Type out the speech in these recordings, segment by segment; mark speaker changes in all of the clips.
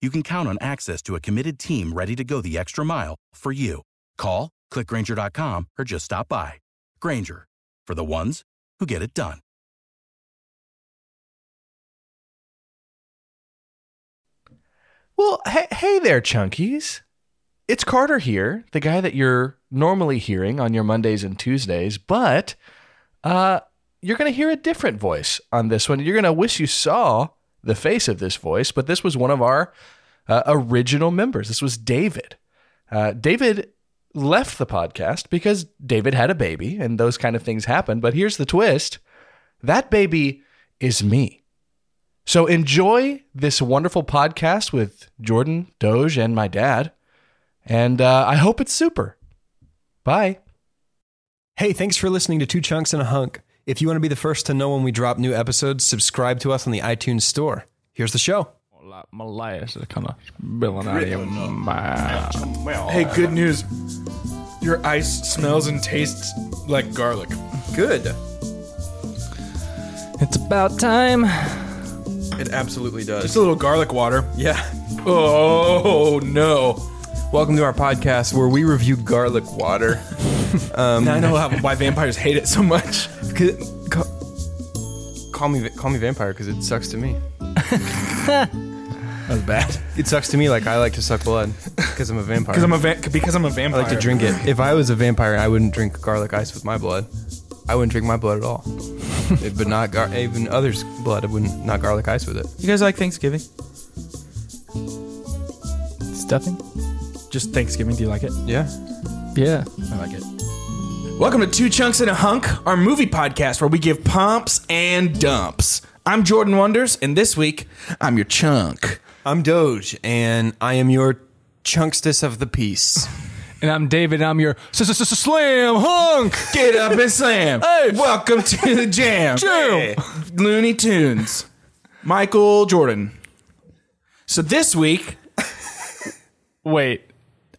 Speaker 1: you can count on access to a committed team ready to go the extra mile for you. Call, click Granger.com, or just stop by. Granger, for the ones who get it done.
Speaker 2: Well, hey, hey there, Chunkies. It's Carter here, the guy that you're normally hearing on your Mondays and Tuesdays, but uh, you're going to hear a different voice on this one. You're going to wish you saw the face of this voice, but this was one of our uh, original members. This was David. Uh, David left the podcast because David had a baby and those kind of things happen. But here's the twist that baby is me. So enjoy this wonderful podcast with Jordan, Doge, and my dad. And uh, I hope it's super. Bye.
Speaker 3: Hey, thanks for listening to Two Chunks and a Hunk. If you want to be the first to know when we drop new episodes, subscribe to us on the iTunes Store. Here's the show.
Speaker 4: Like my layers are kind of spilling out of your mouth.
Speaker 5: Hey, good news. Your ice smells and tastes like garlic.
Speaker 3: Good.
Speaker 4: It's about time.
Speaker 3: It absolutely
Speaker 5: It's
Speaker 3: does.
Speaker 5: a little garlic water.
Speaker 3: Yeah.
Speaker 5: Oh, no.
Speaker 3: Welcome to our podcast where we review garlic water.
Speaker 5: now I know how, why vampires hate it so much.
Speaker 3: C- ca- Call me, call me vampire because it sucks to me.
Speaker 5: That was bad.
Speaker 3: It sucks to me like I like to suck blood because I'm a vampire.
Speaker 5: Because I'm a va- because I'm a vampire.
Speaker 3: I like to drink it. If I was a vampire, I wouldn't drink garlic ice with my blood. I wouldn't drink my blood at all. It- but not gar- even others' blood. I wouldn't not garlic ice with it.
Speaker 4: You guys like Thanksgiving? Stuffing?
Speaker 5: Just Thanksgiving. Do you like it?
Speaker 3: Yeah.
Speaker 4: Yeah.
Speaker 5: I like it. Welcome to Two Chunks and a Hunk, our movie podcast where we give pumps and dumps. I'm Jordan Wonders, and this week I'm your chunk.
Speaker 3: I'm Doge, and I am your chunkstess of the piece.
Speaker 4: And I'm David, and I'm your slam hunk.
Speaker 5: Get up and slam.
Speaker 4: Hey.
Speaker 5: Welcome to the jam.
Speaker 4: Jam.
Speaker 5: Looney Tunes. Michael Jordan. So this week,
Speaker 4: Wait,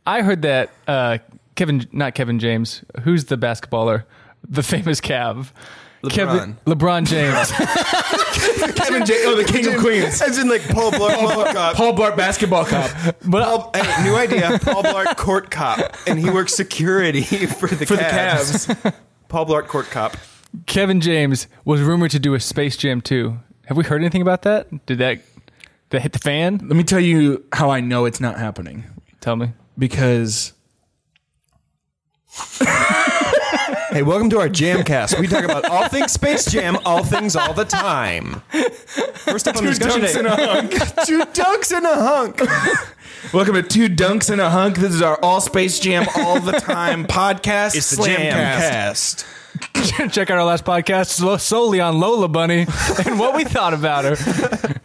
Speaker 4: I heard that uh, Kevin, not Kevin James, who's the basketballer? The famous Cav. Kevin, LeBron James.
Speaker 5: Kevin J. Oh, the King of Queens.
Speaker 3: As in like Paul Blart Mall Cop.
Speaker 5: Paul Bart basketball cop.
Speaker 4: uh,
Speaker 3: Paul, hey, new idea. Paul Blart Court Cop, and he works security for the
Speaker 5: For the
Speaker 3: Cavs. Paul Blart Court Cop.
Speaker 4: Kevin James was rumored to do a Space Jam 2. Have we heard anything about that? Did that, did that hit the fan?
Speaker 5: Let me tell you how I know it's not happening.
Speaker 4: Tell me.
Speaker 5: Because
Speaker 3: Hey, welcome to our Jamcast. We talk about all things Space Jam, all things all the time. First up on the discussion
Speaker 5: dunks
Speaker 3: today-
Speaker 5: and a hunk.
Speaker 3: two dunks and a hunk.
Speaker 5: Welcome to Two Dunks and a Hunk. This is our All Space Jam All the Time podcast. It's
Speaker 3: Jamcast.
Speaker 4: Check out our last podcast so- solely on Lola Bunny and what we thought about her.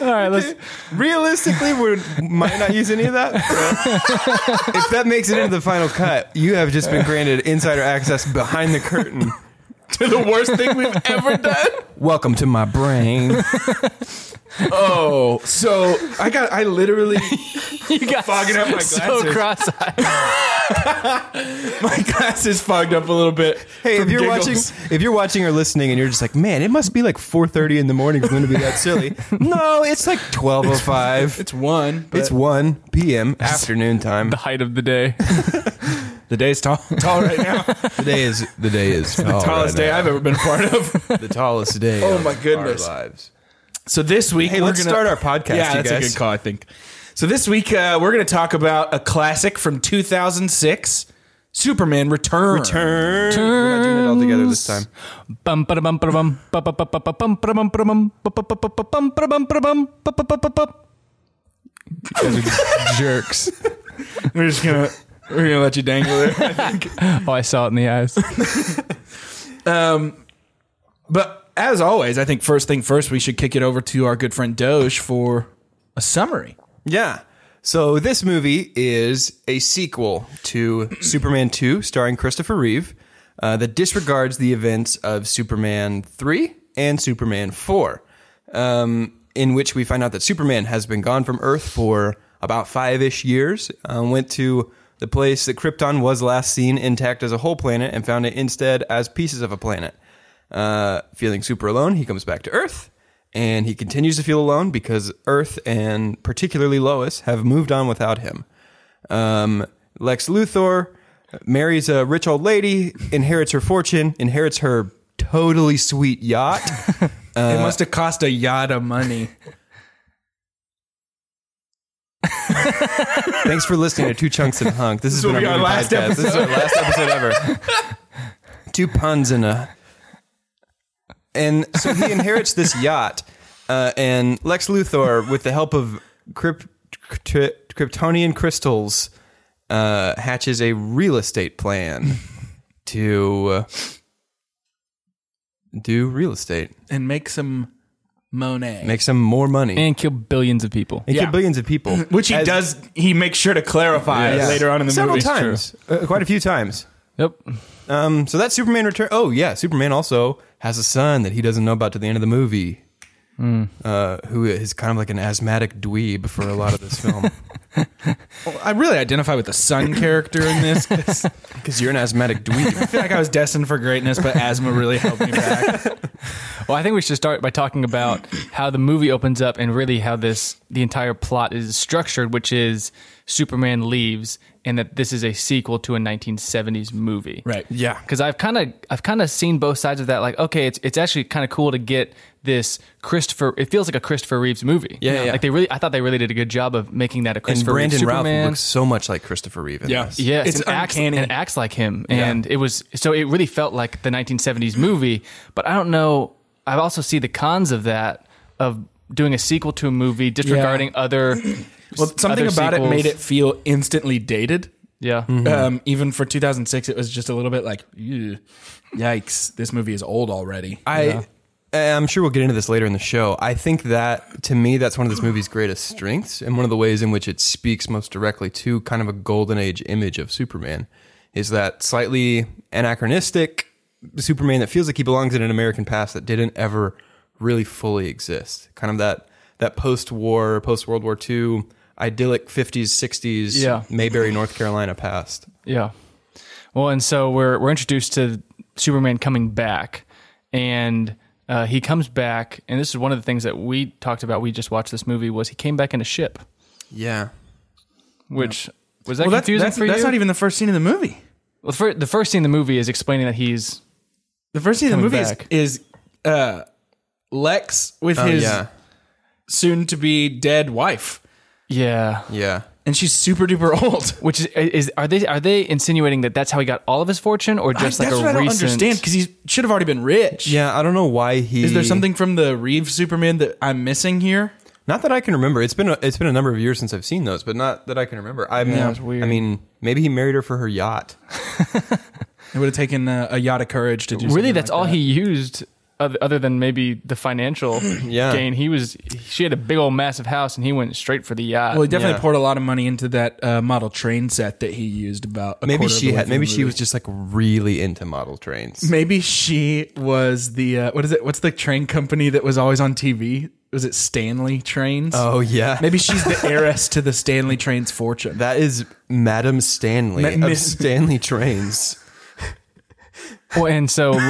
Speaker 4: All right, let's.
Speaker 3: Realistically, we might not use any of that. but if that makes it into the final cut, you have just been granted insider access behind the curtain
Speaker 5: to the worst thing we've ever done.
Speaker 3: Welcome to my brain.
Speaker 5: Oh, so I got I literally
Speaker 4: You got
Speaker 5: Fogging up my
Speaker 4: so
Speaker 5: glasses.
Speaker 4: cross-eyed.
Speaker 5: my glasses fogged up a little bit.
Speaker 3: Hey, if
Speaker 5: from
Speaker 3: you're
Speaker 5: giggles.
Speaker 3: watching, if you're watching or listening, and you're just like, man, it must be like 4:30 in the morning for them to be that silly. no, it's like 12:05.
Speaker 5: it's one.
Speaker 3: It's 1 p.m. afternoon time.
Speaker 4: The height of the day.
Speaker 5: the day's tall, tall right now.
Speaker 3: The day is the day is tall
Speaker 5: Tallest
Speaker 3: right
Speaker 5: day I've ever been a part of.
Speaker 3: now. The tallest day.
Speaker 5: Oh
Speaker 3: of
Speaker 5: my goodness.
Speaker 3: Our lives.
Speaker 5: So this week,
Speaker 3: Hey,
Speaker 5: we're
Speaker 3: let's
Speaker 5: gonna-
Speaker 3: start our podcast,
Speaker 5: Yeah,
Speaker 3: you
Speaker 5: that's a
Speaker 3: guys.
Speaker 5: good call, I think. So this week, uh, we're going to talk about a classic from 2006, Superman Return.
Speaker 3: Turn. We're not doing it all together this time.
Speaker 4: Bum ba bum ba bum ba ba ba ba bum ba bum ba bum ba ba ba ba bum ba bum ba bum ba ba ba ba bum.
Speaker 3: Jerks.
Speaker 5: We're just gonna we're gonna let you dangle it.
Speaker 4: Oh, I saw it in the eyes.
Speaker 5: But as always, I think first thing first, we should kick it over to our good friend Doge for a summary.
Speaker 3: Yeah. So this movie is a sequel to Superman 2, starring Christopher Reeve, uh, that disregards the events of Superman 3 and Superman 4, um, in which we find out that Superman has been gone from Earth for about five ish years, uh, went to the place that Krypton was last seen intact as a whole planet, and found it instead as pieces of a planet. Uh, feeling super alone, he comes back to Earth and he continues to feel alone because Earth and particularly Lois have moved on without him. Um, Lex Luthor marries a rich old lady, inherits her fortune, inherits her totally sweet yacht. Uh,
Speaker 5: it must have cost a yacht of money.
Speaker 3: Thanks for listening to Two Chunks and a Hunk. This has
Speaker 5: This will
Speaker 3: been
Speaker 5: be
Speaker 3: our,
Speaker 5: our
Speaker 3: movie
Speaker 5: last
Speaker 3: podcast. This is our last episode ever. Two puns and a. And so he inherits this yacht, uh, and Lex Luthor, with the help of Kryp- Kryp- Kryptonian crystals, uh, hatches a real estate plan to uh, do real estate,
Speaker 5: and make some Monet.
Speaker 3: make some more money,
Speaker 4: And kill billions of people.
Speaker 3: and
Speaker 5: yeah.
Speaker 3: kill billions of people,
Speaker 5: which he
Speaker 3: As-
Speaker 5: does, he makes sure to clarify
Speaker 3: Yeah.
Speaker 5: later on in the
Speaker 3: several
Speaker 5: movie.
Speaker 3: times, uh, quite a few times.
Speaker 4: Yep.
Speaker 3: Um, so that's Superman Return. Oh yeah, Superman also has a son that he doesn't know about to the end of the movie.
Speaker 4: Hmm.
Speaker 3: Uh, who is kind of like an asthmatic dweeb for a lot of this film
Speaker 5: I really identify with the sun character in this. 'cause
Speaker 3: because you're an asthmatic
Speaker 5: I
Speaker 3: dweeb.
Speaker 5: feel like I was destined for greatness, but asthma really helped me back.
Speaker 4: Well, I think we should start by talking about how the movie opens up and really how this the entire plot is structured, which is Superman leaves and that this is a sequel to a 1970s movie.
Speaker 5: Right.
Speaker 3: Yeah,
Speaker 4: Cuz I've kind of I've kind of seen both sides of that like okay, it's it's actually kind of cool to get this Christopher it feels like a Christopher Reeves movie.
Speaker 3: Yeah, yeah.
Speaker 4: Like they really I thought they really did a good job of making that a
Speaker 3: and
Speaker 4: Christopher Reeves
Speaker 3: Brandon Ralph
Speaker 4: Superman.
Speaker 3: looks so much like Christopher Reeve. in
Speaker 5: Yeah.
Speaker 3: this.
Speaker 4: Yeah,
Speaker 5: It's
Speaker 4: it's and acts,
Speaker 5: uncanny.
Speaker 4: and acts like him, and it was so it really felt like the 1970s movie. But I don't know. I also see the cons of that of doing a sequel to a movie, disregarding other.
Speaker 5: Well, something
Speaker 4: other
Speaker 5: about it made it
Speaker 4: sequels.
Speaker 5: feel instantly dated.
Speaker 4: Yeah,
Speaker 5: Um, even for 2006, it was just a little bit like, "Ew, yikes, this movie is old already.
Speaker 3: I. I'm sure we'll get into this later in the show. I think that to me, that's one of this movie's greatest strengths, and one of the ways in which it speaks most directly to kind of a golden age image of Superman is that slightly anachronistic Superman that feels like he belongs in an American past that didn't ever really fully exist. Kind of that that post-war, post-World War II idyllic 50s, 60s
Speaker 4: Yeah.
Speaker 3: Mayberry, North Carolina past.
Speaker 4: yeah. Well, and so we're we're introduced to Superman coming back, and uh, he comes back, and this is one of the things that we talked about. We just watched this movie. Was he came back in a ship,
Speaker 3: Yeah.
Speaker 4: which was that
Speaker 5: well, that's,
Speaker 4: confusing
Speaker 5: that's,
Speaker 4: for you?
Speaker 5: that's not even the first scene of the movie.
Speaker 4: Well, fir- the first scene in the movie is explaining that he's
Speaker 5: The first scene of the movie
Speaker 4: Coming
Speaker 5: is,
Speaker 4: back.
Speaker 5: is uh, Lex with
Speaker 3: Oh,
Speaker 5: his
Speaker 3: yeah.
Speaker 5: soon to be dead wife,
Speaker 4: yeah
Speaker 3: Yeah.
Speaker 5: and she's super duper old.
Speaker 4: Which is, is are they are they insinuating that that's how he got all of his fortune, or just like
Speaker 5: that's
Speaker 4: a
Speaker 5: what I don't
Speaker 4: recent?
Speaker 5: understand because he should have already been rich.
Speaker 3: Yeah, I don't know why he
Speaker 5: Is there something from the Reeve Superman that I'm missing here?
Speaker 3: Not that I can remember. It's been a, it's been a number of years since I've seen those, but not that I can remember. I mean,
Speaker 4: it's weird.
Speaker 3: I mean, maybe he married her for her yacht.
Speaker 5: It would have taken uh, a yacht of courage to do.
Speaker 4: Really,
Speaker 5: something
Speaker 4: that's
Speaker 5: like
Speaker 4: all
Speaker 5: that.
Speaker 4: he used other, other than maybe the financial
Speaker 3: Yeah.
Speaker 4: gain, he was she had a big old massive house and he went straight for the yacht.
Speaker 5: Well, he definitely
Speaker 3: Yeah.
Speaker 5: poured a lot of money into that uh, model train set that he used about. A
Speaker 3: Maybe
Speaker 5: quarter of
Speaker 3: she
Speaker 5: the way
Speaker 3: had.
Speaker 5: through the
Speaker 3: Maybe she
Speaker 5: movie.
Speaker 3: was just like really into model trains.
Speaker 5: Maybe she was the uh, what is it? What's the train company that was always on TV? Was it Stanley Trains?
Speaker 3: Oh yeah,
Speaker 5: maybe she's the heiress to the Stanley Trains fortune.
Speaker 3: that is Madam Stanley
Speaker 5: Ma-
Speaker 3: of
Speaker 5: Miss-
Speaker 3: Stanley Trains.
Speaker 4: Well, and so
Speaker 3: Lex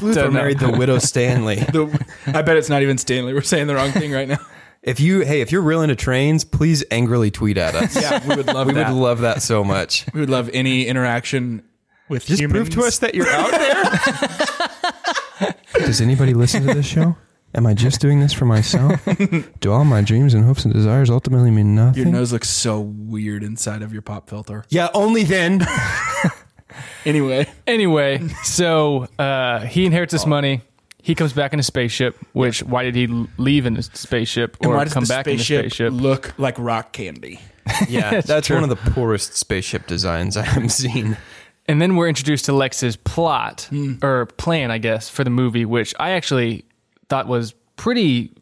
Speaker 3: Luthor
Speaker 4: Don't know.
Speaker 3: married the widow Stanley.
Speaker 5: The- I bet it's not even Stanley. We're saying the wrong thing right now.
Speaker 3: If you hey, if you're real into trains, please angrily tweet at us.
Speaker 5: Yeah, we would love
Speaker 3: we
Speaker 5: that.
Speaker 3: would love that so much.
Speaker 5: we would love any interaction with
Speaker 3: Just
Speaker 5: humans.
Speaker 3: prove to us that you're out there. Does anybody listen to this show? Am I just doing this for myself? Do all my dreams and hopes and desires ultimately mean nothing?
Speaker 5: Your nose looks so weird inside of your pop filter.
Speaker 3: yeah, only then.
Speaker 5: Anyway,
Speaker 4: anyway, so uh, he inherits this money. He comes back in a spaceship. Which why did he leave in a spaceship or come back in a spaceship?
Speaker 5: look like rock candy?
Speaker 3: Yeah, that's, one of the poorest spaceship designs I have seen.
Speaker 4: And then we're introduced to Lex's plot
Speaker 3: Hmm.
Speaker 4: or plan, I guess, for the movie, which I actually thought was pretty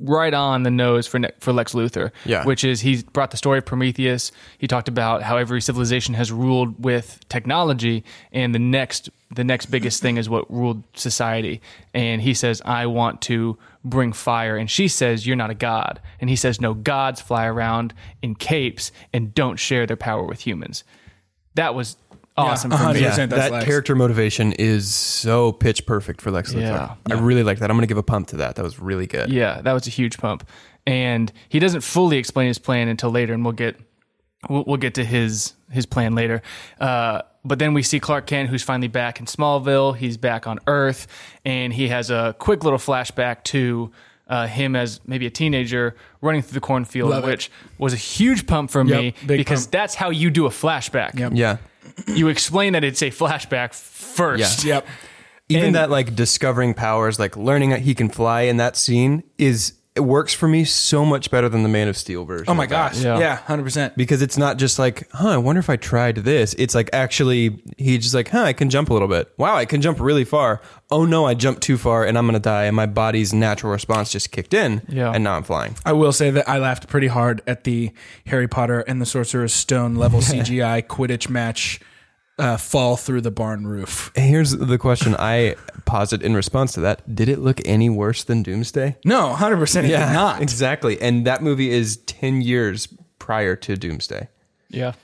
Speaker 4: right on the nose for ne- for Lex Luthor.
Speaker 3: Yeah.
Speaker 4: which is he brought the story of Prometheus. He talked about how every civilization has ruled with technology, and the next the next biggest thing is what ruled society. And he says, "I want to bring fire," and she says, "You're not a god." And he says, "No, gods fly around in capes and don't share their power with humans." That was awesome for me.
Speaker 5: 100%.
Speaker 3: Yeah,
Speaker 5: that's
Speaker 3: that
Speaker 5: Lex.
Speaker 3: character motivation is so pitch perfect for Lex Luthor.
Speaker 4: Yeah.
Speaker 3: I really like that. I'm going to give a pump to that. That was really good.
Speaker 4: Yeah, that was a huge pump. And he doesn't fully explain his plan until later, and we'll get we'll, we'll get to his his plan later. Uh, but then we see Clark Kent, who's finally back in Smallville. He's back on Earth, and he has a quick little flashback to uh, him as maybe a teenager running through the cornfield,
Speaker 5: Love it.
Speaker 4: which was a huge pump for me
Speaker 5: big
Speaker 4: because
Speaker 5: pump.
Speaker 4: that's how you do a flashback.
Speaker 3: Yeah.
Speaker 4: You explain that it's a flashback first.
Speaker 5: Yep.
Speaker 3: Even
Speaker 4: And-
Speaker 3: that like discovering powers, like learning that he can fly in that scene is it works for me so much better than the Man of Steel version.
Speaker 5: Oh my
Speaker 3: of that.
Speaker 5: gosh. Yeah, hundred percent.
Speaker 3: Because it's not just like, huh, I wonder if I tried this. It's like actually he's just like, huh, I can jump a little bit. Wow, I can jump really far. Oh no, I jumped too far and I'm gonna die and my body's natural response just kicked in
Speaker 4: Yeah.
Speaker 3: and now I'm flying.
Speaker 5: I will say that I laughed pretty hard at the Harry Potter and the Sorcerer's Stone level CGI Quidditch match uh, fall through the barn roof.
Speaker 3: Here's the question I posit in response to that. Did it look any worse than Doomsday?
Speaker 5: No, hundred percent. Yeah, not.
Speaker 3: Exactly. And that movie is ten years prior to Doomsday.
Speaker 4: Yeah.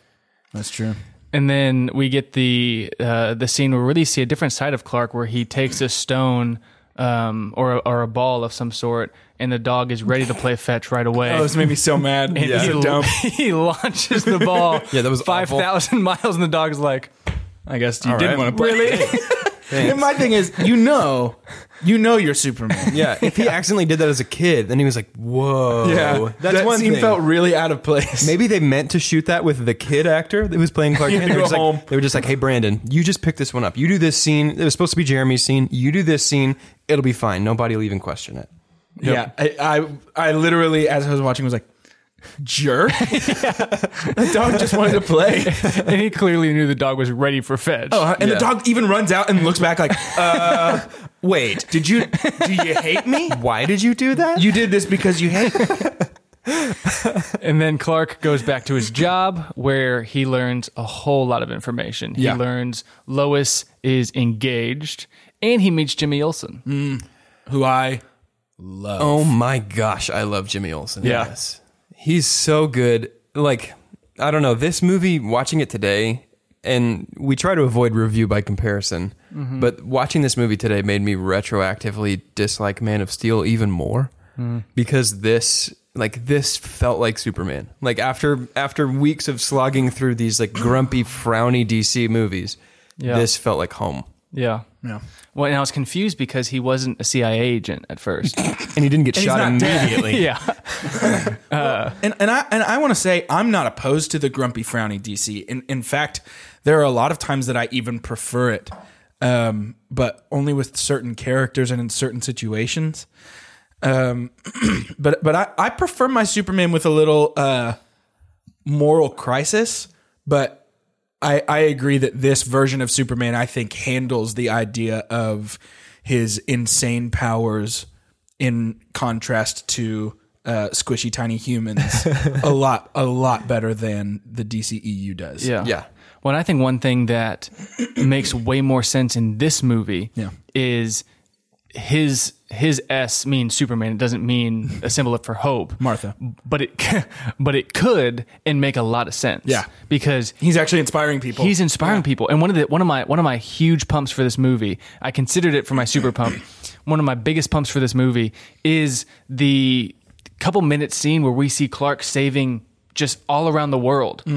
Speaker 5: That's true.
Speaker 4: And then we get the uh, the scene where we really see a different side of Clark, where he takes a stone um, or or a ball of some sort, and the dog is ready to play fetch right away.
Speaker 5: Oh, this made me so mad.
Speaker 4: and
Speaker 5: It's
Speaker 4: he,
Speaker 5: so dumb.
Speaker 4: he launches the ball.
Speaker 3: Yeah, that was awful.
Speaker 4: five thousand miles, and the dog's like,
Speaker 5: I guess you
Speaker 3: All
Speaker 5: didn't
Speaker 3: right.
Speaker 5: want to play. Really? and my thing is, you know, you know, you're Superman.
Speaker 3: Yeah, if he accidentally did that as a kid, then he was like, "Whoa, that's
Speaker 5: that
Speaker 3: one
Speaker 5: scene
Speaker 3: thing."
Speaker 5: felt really out of place.
Speaker 3: Maybe they meant to shoot that with the kid actor that was playing Clark Kent. They were,
Speaker 5: go
Speaker 3: just
Speaker 5: home.
Speaker 3: like, they were just like, "Hey, Brandon, you just pick this one up. You do this scene. It was supposed to be Jeremy's scene. You do this scene. It'll be fine. Nobody will even question it."
Speaker 5: Yeah, I, I I literally as I was watching was like, jerk. The dog just wanted to play.
Speaker 4: and he clearly knew the dog was ready for fetch.
Speaker 5: Uh, and
Speaker 3: Yeah.
Speaker 5: the dog even runs out and looks back like, uh,
Speaker 3: Wait,
Speaker 5: did you do you hate me?
Speaker 3: why did you do that?
Speaker 5: You did this because you hate me.
Speaker 4: And then Clark goes back to his job where he learns a whole lot of information.
Speaker 5: Yeah.
Speaker 4: He learns Lois is engaged, and he meets Jimmy Olsen.
Speaker 5: Who I
Speaker 3: oh my gosh, I love Jimmy Olsen.
Speaker 4: Yeah.
Speaker 3: Yes, he's so good. Like, I don't know this movie. Watching it today. And we try to avoid review by comparison, but watching this movie today made me retroactively dislike Man of Steel even more. because this like this felt like Superman. Like after after weeks of slogging through these like grumpy, frowny DC movies,
Speaker 4: Yeah.
Speaker 3: this felt like home.
Speaker 4: Yeah.
Speaker 5: Yeah.
Speaker 4: Well, and I was confused because he wasn't a CIA agent at first.
Speaker 3: And he didn't get shot
Speaker 5: not dead.
Speaker 3: immediately.
Speaker 4: yeah.
Speaker 5: and, and I and I want to say I'm not opposed to the grumpy frowny DC. In in fact, there are a lot of times that I even prefer it, um, but only with certain characters and in certain situations. Um, but but I, I prefer my Superman with a little uh, moral crisis. But I I agree that this version of Superman I think handles the idea of his insane powers in contrast to uh, squishy tiny humans a lot a lot better than the DCEU does.
Speaker 4: Yeah.
Speaker 3: Yeah.
Speaker 4: Well, and I think one thing that makes way more sense in this movie
Speaker 5: Yeah.
Speaker 4: is his his S means Superman. It doesn't mean a symbol for hope.
Speaker 5: Martha.
Speaker 4: But it but it could and make a lot of sense.
Speaker 5: Yeah.
Speaker 4: Because
Speaker 5: He's actually inspiring people.
Speaker 4: He's inspiring people. And one of the one of my one of my huge pumps for this movie, I considered it for my super pump. One of my biggest pumps for this movie is the couple minute scene where we see Clark saving just all around the world. So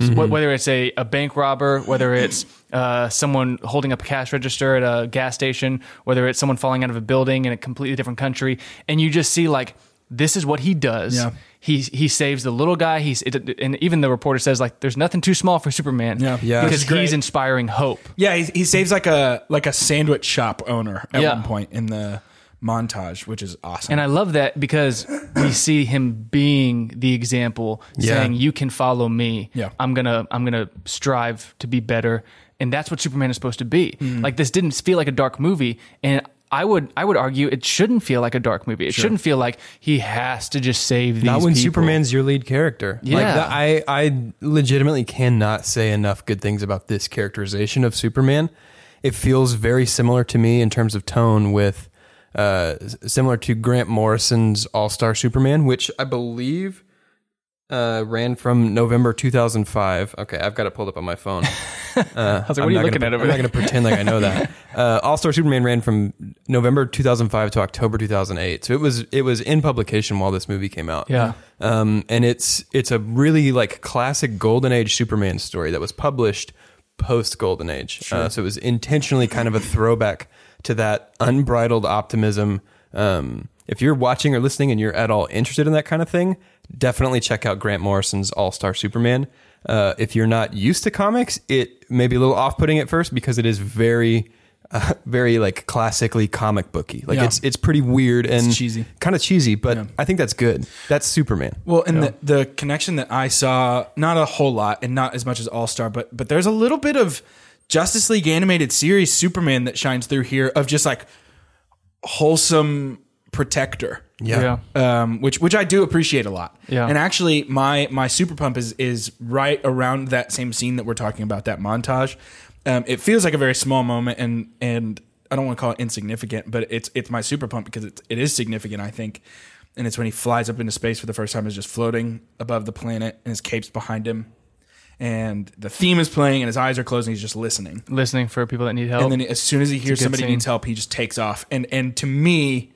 Speaker 5: Mm-hmm.
Speaker 4: wh- Whether it's a, a bank robber, whether it's uh, someone holding up a cash register at a gas station, whether it's someone falling out of a building in a completely different country, and you just see like this is what he does
Speaker 5: Yeah.
Speaker 4: he he saves the little guy. He's it, and even the reporter says like, "There's nothing too small for Superman."
Speaker 5: Yeah. Yeah.
Speaker 4: because
Speaker 5: Which is great.
Speaker 4: he's inspiring hope.
Speaker 5: yeah, he, he saves like a like a sandwich shop owner at
Speaker 4: Yeah.
Speaker 5: one point in the montage, which is awesome.
Speaker 4: And I love that because we see him being the example, saying, "You can follow me.
Speaker 5: Yeah.
Speaker 4: I'm gonna I'm gonna strive to be better." And that's what Superman is supposed to be. Like this didn't feel like a dark movie, and I would I would argue it shouldn't feel like a dark movie. It shouldn't feel like he has to just save these.
Speaker 3: Not when
Speaker 4: people.
Speaker 3: Superman's your lead character. Like
Speaker 4: Yeah.
Speaker 3: that- I, I legitimately cannot say enough good things about this characterization of Superman. It feels very similar to me in terms of tone with uh, s- similar to Grant Morrison's All Star Superman, which I believe uh, ran from November 2005. Okay, I've got it pulled up on my phone.
Speaker 4: I was like, "What are you
Speaker 3: not
Speaker 4: looking
Speaker 3: gonna,
Speaker 4: at over
Speaker 3: I'm
Speaker 4: there?"
Speaker 3: not going to pretend like I know that. Uh, All Star Superman ran from November 2005 to October 2008, so it was it was in publication while this movie came out.
Speaker 4: Yeah.
Speaker 3: um, and it's it's a really like classic Golden Age Superman story that was published post Golden Age, uh, so it was intentionally kind of a throwback to that unbridled optimism. Um, if you're watching or listening and you're at all interested in that kind of thing, definitely check out Grant Morrison's All Star Superman. Uh, if you're not used to comics, it may be a little off putting at first because it is very, uh, very like classically comic booky. Like
Speaker 5: Yeah.
Speaker 3: it's it's pretty weird and
Speaker 5: cheesy.
Speaker 3: kind of cheesy, but I think that's good. That's Superman.
Speaker 5: Well, and the, the connection that I saw, not a whole lot, and not as much as All Star, but but there's a little bit of Justice League animated series Superman that shines through here of just like wholesome protector,
Speaker 4: yeah.
Speaker 5: um, which which I do appreciate a lot.
Speaker 4: Yeah.
Speaker 5: And actually, my my super pump is is right around that same scene that we're talking about that montage. Um, it feels like a very small moment, and and I don't want to call it insignificant, but it's it's my super pump because it's, it is significant, I think. And it's when he flies up into space for the first time, is just floating above the planet, and his cape's behind him, and the theme is playing, and his eyes are closed, and he's just listening
Speaker 4: Listening for people that need help.
Speaker 5: and then as soon as he
Speaker 4: Oh,
Speaker 5: hears
Speaker 4: good
Speaker 5: somebody
Speaker 4: scene.
Speaker 5: needs help, he just takes off. And and to me,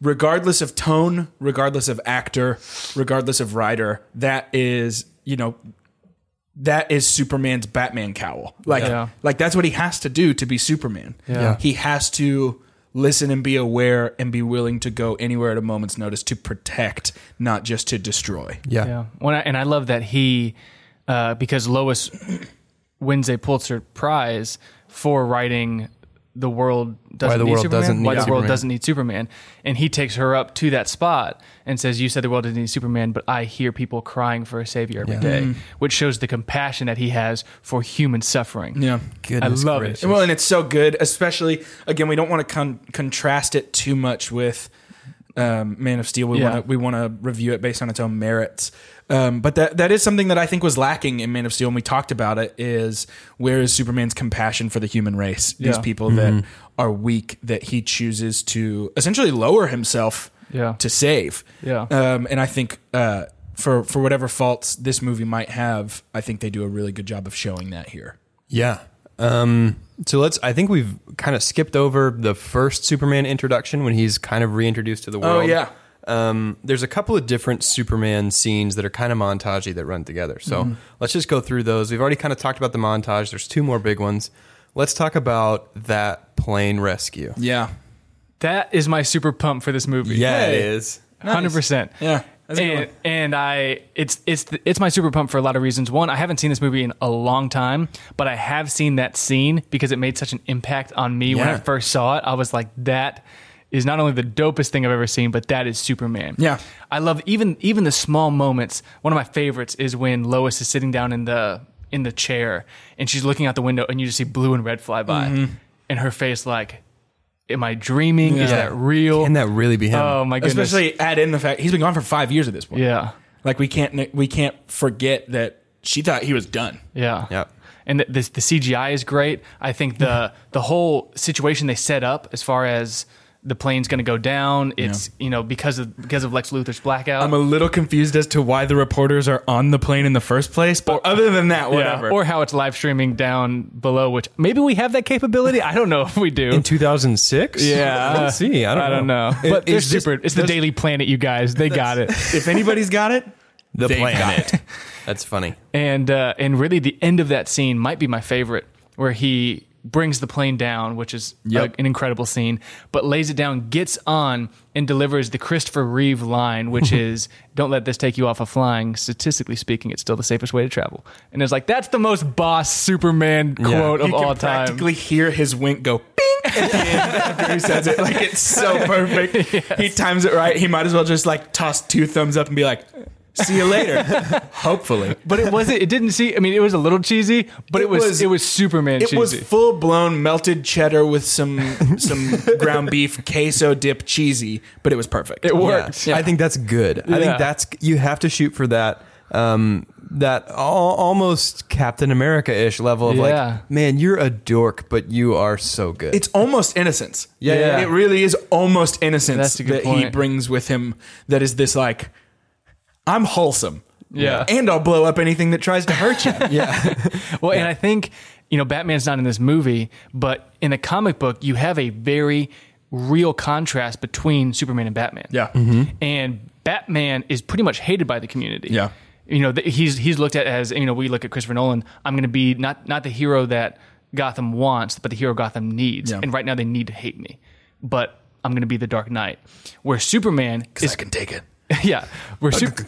Speaker 5: regardless of tone, regardless of actor, regardless of writer, that is you know that is Superman's Batman cowl. Like
Speaker 4: Yeah.
Speaker 5: like that's what he has to do to be Superman.
Speaker 4: Yeah.
Speaker 5: He has to listen and be aware and be willing to go anywhere at a moment's notice to protect, not just to destroy.
Speaker 4: Yeah. When I, and I love that he, uh, because Lois wins a Pulitzer Prize for writing "The World Doesn't
Speaker 3: the
Speaker 4: Need
Speaker 3: World
Speaker 4: Superman."
Speaker 3: Doesn't Need
Speaker 4: Why the world
Speaker 3: Superman.
Speaker 4: doesn't need Superman, and he takes her up to that spot and says, "You said the world doesn't need Superman, but I hear people crying for a savior every day,"
Speaker 5: Mm-hmm.
Speaker 4: which shows the compassion that he has for human suffering.
Speaker 5: Yeah.
Speaker 3: Goodness
Speaker 4: I love
Speaker 3: gracious.
Speaker 4: it.
Speaker 5: Well, and it's so good, especially again. We don't want to con- contrast it too much with um, Man of Steel. We
Speaker 4: Yeah.
Speaker 5: want to we want to review it based on its own merits. Um, but that that is something that I think was lacking in Man of Steel, and we talked about it. Is where is Superman's compassion for the human race? These
Speaker 4: Yeah. Mm-hmm.
Speaker 5: people that are weak that he chooses to essentially lower himself
Speaker 4: Yeah.
Speaker 5: to save.
Speaker 4: Yeah.
Speaker 5: Um, and I think uh, for for whatever faults this movie might have, I think they do a really good job of showing that here.
Speaker 3: Yeah. Um, so let's. I think we've kind of skipped over the first Superman introduction when he's kind of reintroduced to the
Speaker 4: Oh,
Speaker 3: world.
Speaker 5: Oh, yeah.
Speaker 3: Um, there's a couple of different Superman scenes that are kind of montagey that run together. So
Speaker 4: Mm-hmm.
Speaker 3: let's just go through those. We've already kind of talked about the montage. There's two more big ones. Let's talk about that plane rescue.
Speaker 5: Yeah.
Speaker 4: That is my super pump for this movie.
Speaker 3: Yeah, it
Speaker 5: Hey.
Speaker 3: is.
Speaker 4: hundred percent.
Speaker 5: Yeah, that's a good
Speaker 4: and,
Speaker 5: one.
Speaker 4: and I, it's it's the- it's my super pump for a lot of reasons. One, I haven't seen this movie in a long time, but I have seen that scene because it made such an impact on me when I
Speaker 5: Yeah.
Speaker 4: first saw it. I was like, that is not only the dopest thing I've ever seen, but that is Superman.
Speaker 5: Yeah.
Speaker 4: I love even even the small moments. One of my favorites is when Lois is sitting down in the in the
Speaker 5: Mm-hmm.
Speaker 4: chair and she's looking out the window and you just see blue and red fly by, and her face like am I dreaming? Is
Speaker 5: Yeah.
Speaker 4: that real?
Speaker 3: Can that really be him?
Speaker 4: oh my goodness.
Speaker 5: Especially add in the fact he's been gone for five years at this point.
Speaker 4: yeah.
Speaker 5: Like we can't we can't forget that she thought he was done.
Speaker 4: Yeah.
Speaker 3: Yep.
Speaker 4: And the, the, the CGI is great. I think the the whole situation they set up as far as the plane's going to go down, it's you know because of because of Lex Luthor's blackout.
Speaker 5: I'm a little confused as to why the reporters are on the plane in the first place, but other than that,
Speaker 4: Yeah.
Speaker 5: whatever.
Speaker 4: Or how it's live streaming down below, which maybe we have that capability. I don't know if we do.
Speaker 3: in 2006?
Speaker 4: Yeah.
Speaker 3: Let's see. I don't,
Speaker 4: I don't know.
Speaker 3: It-
Speaker 4: But they're
Speaker 3: is this-
Speaker 4: super. It's the
Speaker 3: does-
Speaker 4: Daily Planet, you guys. They got it.
Speaker 5: if anybody's got it,
Speaker 3: The
Speaker 5: They've got
Speaker 3: planet. That's funny.
Speaker 4: and uh, and really the end of that scene might be my favorite, where he brings the plane down, which is
Speaker 5: Yep.
Speaker 4: a- an incredible scene, but lays it down, gets on, and delivers the Christopher Reeve line, which is "Don't let this take you off of flying." Statistically speaking, it's still the safest way to travel. And it's like that's the most boss Superman quote
Speaker 5: you
Speaker 4: of
Speaker 5: can
Speaker 4: all time.
Speaker 5: practically hear his wink go bing at the end after he says it. Like it's so perfect. He times it right. He might as well just like toss two thumbs up and be like, "See you later." Hopefully,
Speaker 4: But it wasn't. It didn't see. I mean, it was a little cheesy, but it, was, it was Superman
Speaker 5: It
Speaker 4: cheesy.
Speaker 5: was full blown melted cheddar with some some ground beef queso dip cheesy, but it was perfect.
Speaker 4: It
Speaker 3: Yeah.
Speaker 4: worked.
Speaker 3: I think that's good. I
Speaker 4: Yeah.
Speaker 3: think that's you have to shoot for that um that all, almost Captain America ish level of
Speaker 4: Yeah.
Speaker 3: like, man, you're a dork, but you are so good.
Speaker 5: It's almost innocence.
Speaker 3: Yeah, yeah.
Speaker 5: It really is almost innocence
Speaker 4: That's a good
Speaker 5: that he
Speaker 4: point.
Speaker 5: brings with him that is this like I'm wholesome.
Speaker 4: Yeah.
Speaker 5: And I'll blow up anything that tries to hurt you.
Speaker 4: Well, and I think, you know, Batman's not in this movie, but in the comic book, you have a very real contrast between Superman and Batman.
Speaker 5: Yeah.
Speaker 4: And Batman is pretty much hated by the community.
Speaker 5: Yeah.
Speaker 4: You know, th- he's he's looked at as, you know, we look at Christopher Nolan, I'm going to be not not the hero that Gotham wants, but the hero Gotham needs.
Speaker 5: Yeah.
Speaker 4: And right now they need to hate me. But I'm going to be the Dark Knight. Where Superman is
Speaker 5: I can take it.
Speaker 4: yeah, where Sup-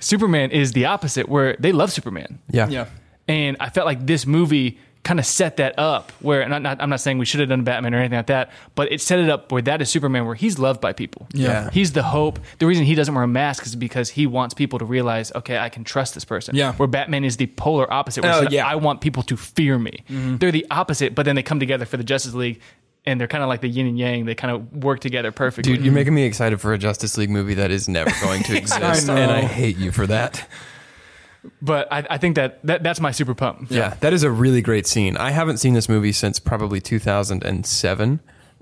Speaker 4: Superman is the opposite where they love Superman.
Speaker 3: yeah.
Speaker 5: Yeah.
Speaker 4: And I felt like this movie kind of set that up where, and I'm not, I'm not saying we should have done Batman or anything like that, but it set it up where that is Superman, where he's loved by people.
Speaker 5: Yeah.
Speaker 4: He's the hope. The reason he doesn't wear a mask is because he wants people to realize, okay, I can trust this person.
Speaker 5: Yeah.
Speaker 4: Where Batman is the polar opposite. Where he
Speaker 5: Oh,
Speaker 4: said,
Speaker 5: yeah. Mm-hmm.
Speaker 4: I want people to fear me. They're the opposite, but then they come together for the Justice League and they're kind of like the yin and yang. They kind of work together perfectly.
Speaker 3: Dude, you're making me excited for a Justice League movie that is never going to exist.
Speaker 5: know.
Speaker 3: and I hate you for that.
Speaker 4: but I, I think that, that that's my super pump.
Speaker 3: Yeah. that is a really great scene. I haven't seen this movie since probably 2007.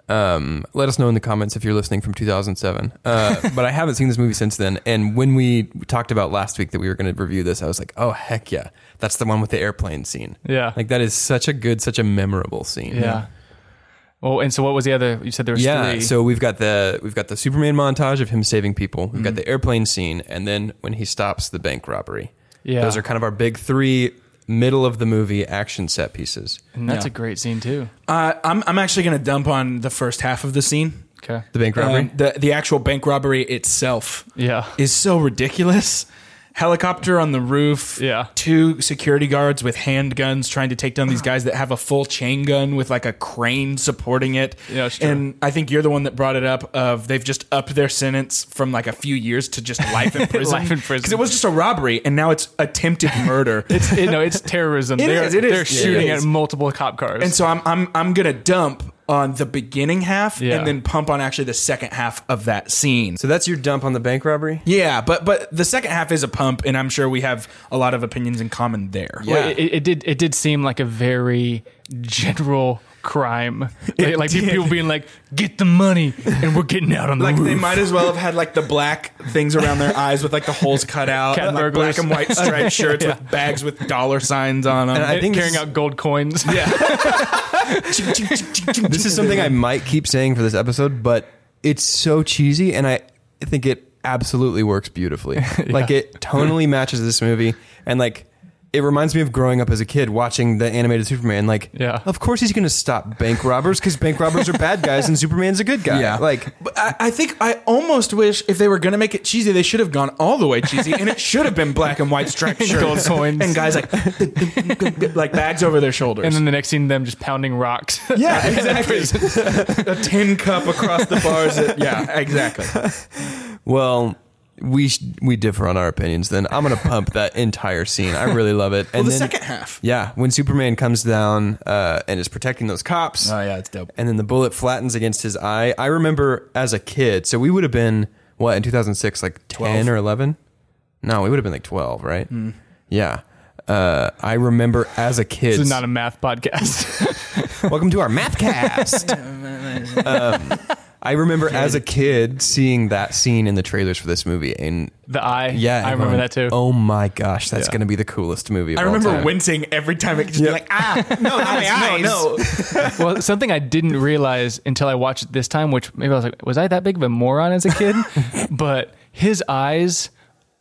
Speaker 3: Um, let us know in the comments if you're listening from 2007. Uh, but I haven't seen this movie since then. And when we talked about last week that we were going to review this, I was like, oh, heck yeah. That's the one with the airplane scene.
Speaker 4: Yeah.
Speaker 3: Like, that is such a good, such a memorable scene.
Speaker 4: Yeah. Well, and so what was the other? You said there was
Speaker 3: Yeah,
Speaker 4: three.
Speaker 3: so we've got the we've got the Superman montage of him saving people. We've
Speaker 4: Mm-hmm.
Speaker 3: got the airplane scene, and then when he stops the bank robbery.
Speaker 4: Yeah.
Speaker 3: those are kind of our big three middle of the movie action set pieces.
Speaker 4: and that's a great scene too.
Speaker 5: Uh, I'm I'm actually going to dump on the first half of the scene.
Speaker 4: Okay.
Speaker 3: The bank robbery.
Speaker 5: Um, the the actual bank robbery itself
Speaker 4: Yeah.
Speaker 5: is so ridiculous. Helicopter on the roof.
Speaker 4: Yeah.
Speaker 5: Two security guards with handguns trying to take down these guys that have a full chain gun with like a crane supporting it.
Speaker 4: Yeah, it's true.
Speaker 5: and I think you're the one that brought it up of they've just upped their sentence from like a few years to just life in prison.
Speaker 4: Life in prison.
Speaker 5: Because it was just a robbery and now it's attempted murder.
Speaker 4: It's it, no, it's terrorism.
Speaker 5: It
Speaker 4: they're,
Speaker 5: is, it is.
Speaker 4: They're
Speaker 5: Yeah,
Speaker 4: shooting
Speaker 5: it
Speaker 4: at
Speaker 5: is.
Speaker 4: multiple cop cars.
Speaker 5: And so I'm I'm I'm gonna dump on the beginning half
Speaker 4: Yeah.
Speaker 5: and then pump on actually the second half of that scene.
Speaker 3: so that's your dump on the bank robbery.
Speaker 5: Yeah, but but the second half is a pump, and I'm sure we have a lot of opinions in common there.
Speaker 4: Well, it, it did it did seem like a very general crime. Like, like
Speaker 5: did.
Speaker 4: people being like, "Get the money," and we're getting out on the
Speaker 5: Like
Speaker 4: roof.
Speaker 5: they might as well have had like the black things around their eyes with like the holes cut out,
Speaker 4: Cat
Speaker 5: and, like
Speaker 4: burglars.
Speaker 5: black and white striped shirts with bags with dollar signs on them.
Speaker 3: I think
Speaker 4: carrying
Speaker 3: this-
Speaker 4: out gold coins.
Speaker 3: This is something I might keep saying for this episode, but it's so cheesy, and I think it absolutely works beautifully. Like it tonally matches this movie, and like. It reminds me of growing up as a kid watching the animated Superman. Like,
Speaker 4: Yeah.
Speaker 3: of course he's going to stop bank robbers because bank robbers are bad guys and Superman's a good guy.
Speaker 5: Yeah.
Speaker 3: Like,
Speaker 5: But I, I think I almost wish if they were going to make it cheesy, they should have gone all the way cheesy, and it should have been black and white striped shirts,
Speaker 4: gold coins.
Speaker 5: and guys like like bags over their shoulders,
Speaker 4: and then the next scene, them just pounding rocks.
Speaker 5: yeah, exactly, a tin cup across the bars. That, yeah, exactly.
Speaker 3: well, we sh- we differ on our opinions. Then I'm gonna pump that entire scene. I really love it. And
Speaker 5: the
Speaker 3: then-
Speaker 5: second half.
Speaker 3: yeah, when Superman comes down uh, and is protecting those cops.
Speaker 5: Oh, yeah, it's dope.
Speaker 3: And then the bullet flattens against his eye. I remember as a kid, so we would have been what in 2006, like 10 or 11. No, we would have been like 12, right?
Speaker 4: Hmm.
Speaker 3: Yeah. Uh, I remember as a kid.
Speaker 4: This is not a math podcast.
Speaker 3: Welcome to our mathcast. um, I remember as a kid seeing that scene in the trailers for this movie, and
Speaker 4: the eye.
Speaker 3: yeah,
Speaker 4: I remember
Speaker 3: everyone,
Speaker 4: that too.
Speaker 3: Oh my gosh, that's going to be the coolest movie. Of
Speaker 5: I
Speaker 3: all
Speaker 5: remember
Speaker 3: time.
Speaker 5: wincing every time it could just be like, ah, no, not my eyes.
Speaker 3: No,
Speaker 4: Well, something I didn't realize until I watched it this time, which maybe I was like, was I that big of a moron as a kid? but his eyes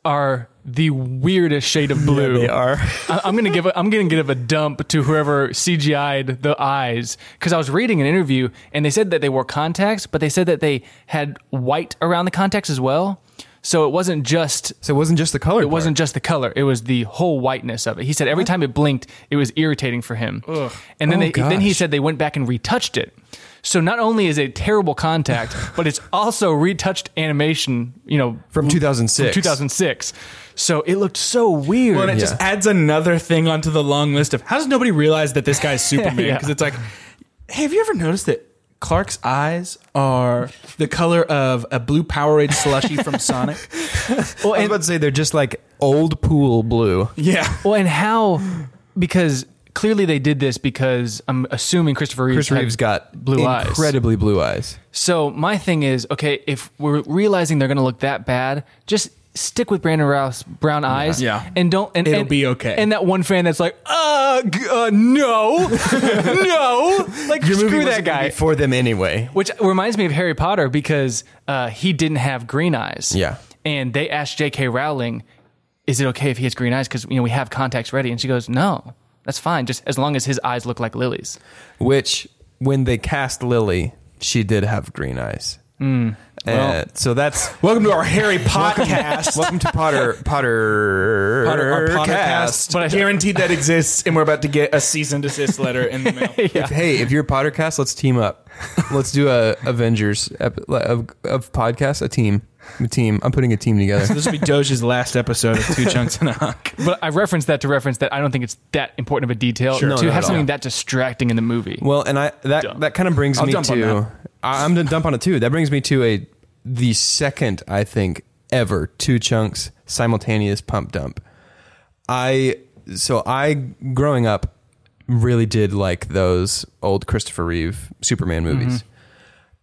Speaker 4: are the weirdest shade of blue.
Speaker 3: they are.
Speaker 4: I, am gonna give. A, I'm gonna give a dump to whoever CGI'd the eyes because I was reading an interview and they said that they wore contacts, but they said that they had white around the contacts as well. So it wasn't just
Speaker 3: So it wasn't just the color.
Speaker 4: it wasn't just the color; it was the whole whiteness of it. He said every time it blinked, it was irritating for him. And then
Speaker 3: Oh,
Speaker 4: they, then he
Speaker 3: gosh.
Speaker 4: said they went back and retouched it. So not only is it terrible contact, but it's also retouched animation. You know,
Speaker 3: from 2006.
Speaker 4: 2006. So it looked so weird.
Speaker 5: Well, and it just adds another thing onto the long list of how does nobody realize that this guy's Superman?
Speaker 4: Yeah.
Speaker 5: Because it's like, hey, have you ever noticed that Clark's eyes are the color of a blue Powerade slushie from Sonic?
Speaker 3: Well, I was about to say they're just like old pool blue.
Speaker 5: Yeah.
Speaker 4: Well, and how? Because clearly they did this because I'm assuming Christopher Reeves.
Speaker 3: Chris
Speaker 4: had
Speaker 3: Reeves got
Speaker 4: blue eyes.
Speaker 3: incredibly blue eyes.
Speaker 4: So my thing is, okay, if we're realizing they're going to look that bad, just stick with Brandon Rouse brown eyes.
Speaker 5: Yeah.
Speaker 4: and don't. And,
Speaker 5: It'll
Speaker 4: and-
Speaker 5: be okay.
Speaker 4: And that one fan that's like, uh, g- uh no, no, like screw that guy.
Speaker 3: for them anyway.
Speaker 4: Which reminds me of Harry Potter because uh, he didn't have green eyes.
Speaker 3: Yeah.
Speaker 4: And they asked J.K. Rowling, "Is it okay if he has green eyes? Because you know we have contacts ready." And she goes, "No, that's fine. Just as long as his eyes look like lilies."
Speaker 3: Which, when they cast Lily, she did have green eyes. Uh, so that's
Speaker 5: Welcome to our Harry podcast.
Speaker 3: welcome to Potter Potter
Speaker 5: Potter, our
Speaker 3: Cast.
Speaker 5: podcast.
Speaker 4: But I-
Speaker 5: guaranteed that exists, and we're about to get a cease and desist letter in the mail.
Speaker 3: If, hey, if you're a Pottercast, let's team up. Let's do a Avengers ep- of, of podcast. A team, a team. I'm putting a team together.
Speaker 5: This will be Doge's last episode of Two Chunks and a Hunk.
Speaker 4: But I referenced that to reference that I don't think it's that important of a detail
Speaker 3: Sure. No,
Speaker 4: to
Speaker 3: not
Speaker 4: have
Speaker 3: at
Speaker 4: something
Speaker 3: all.
Speaker 4: that distracting in the movie.
Speaker 3: Well, and I that
Speaker 4: Dump.
Speaker 3: that kind of brings
Speaker 5: I'll
Speaker 3: me
Speaker 5: dump on
Speaker 3: to
Speaker 5: that.
Speaker 3: I, I'm gonna dump on it too. That brings me to a the second I think ever two chunks simultaneous pump dump. I so I growing up really did like those old Christopher Reeve Superman
Speaker 5: Mm-hmm.
Speaker 3: movies.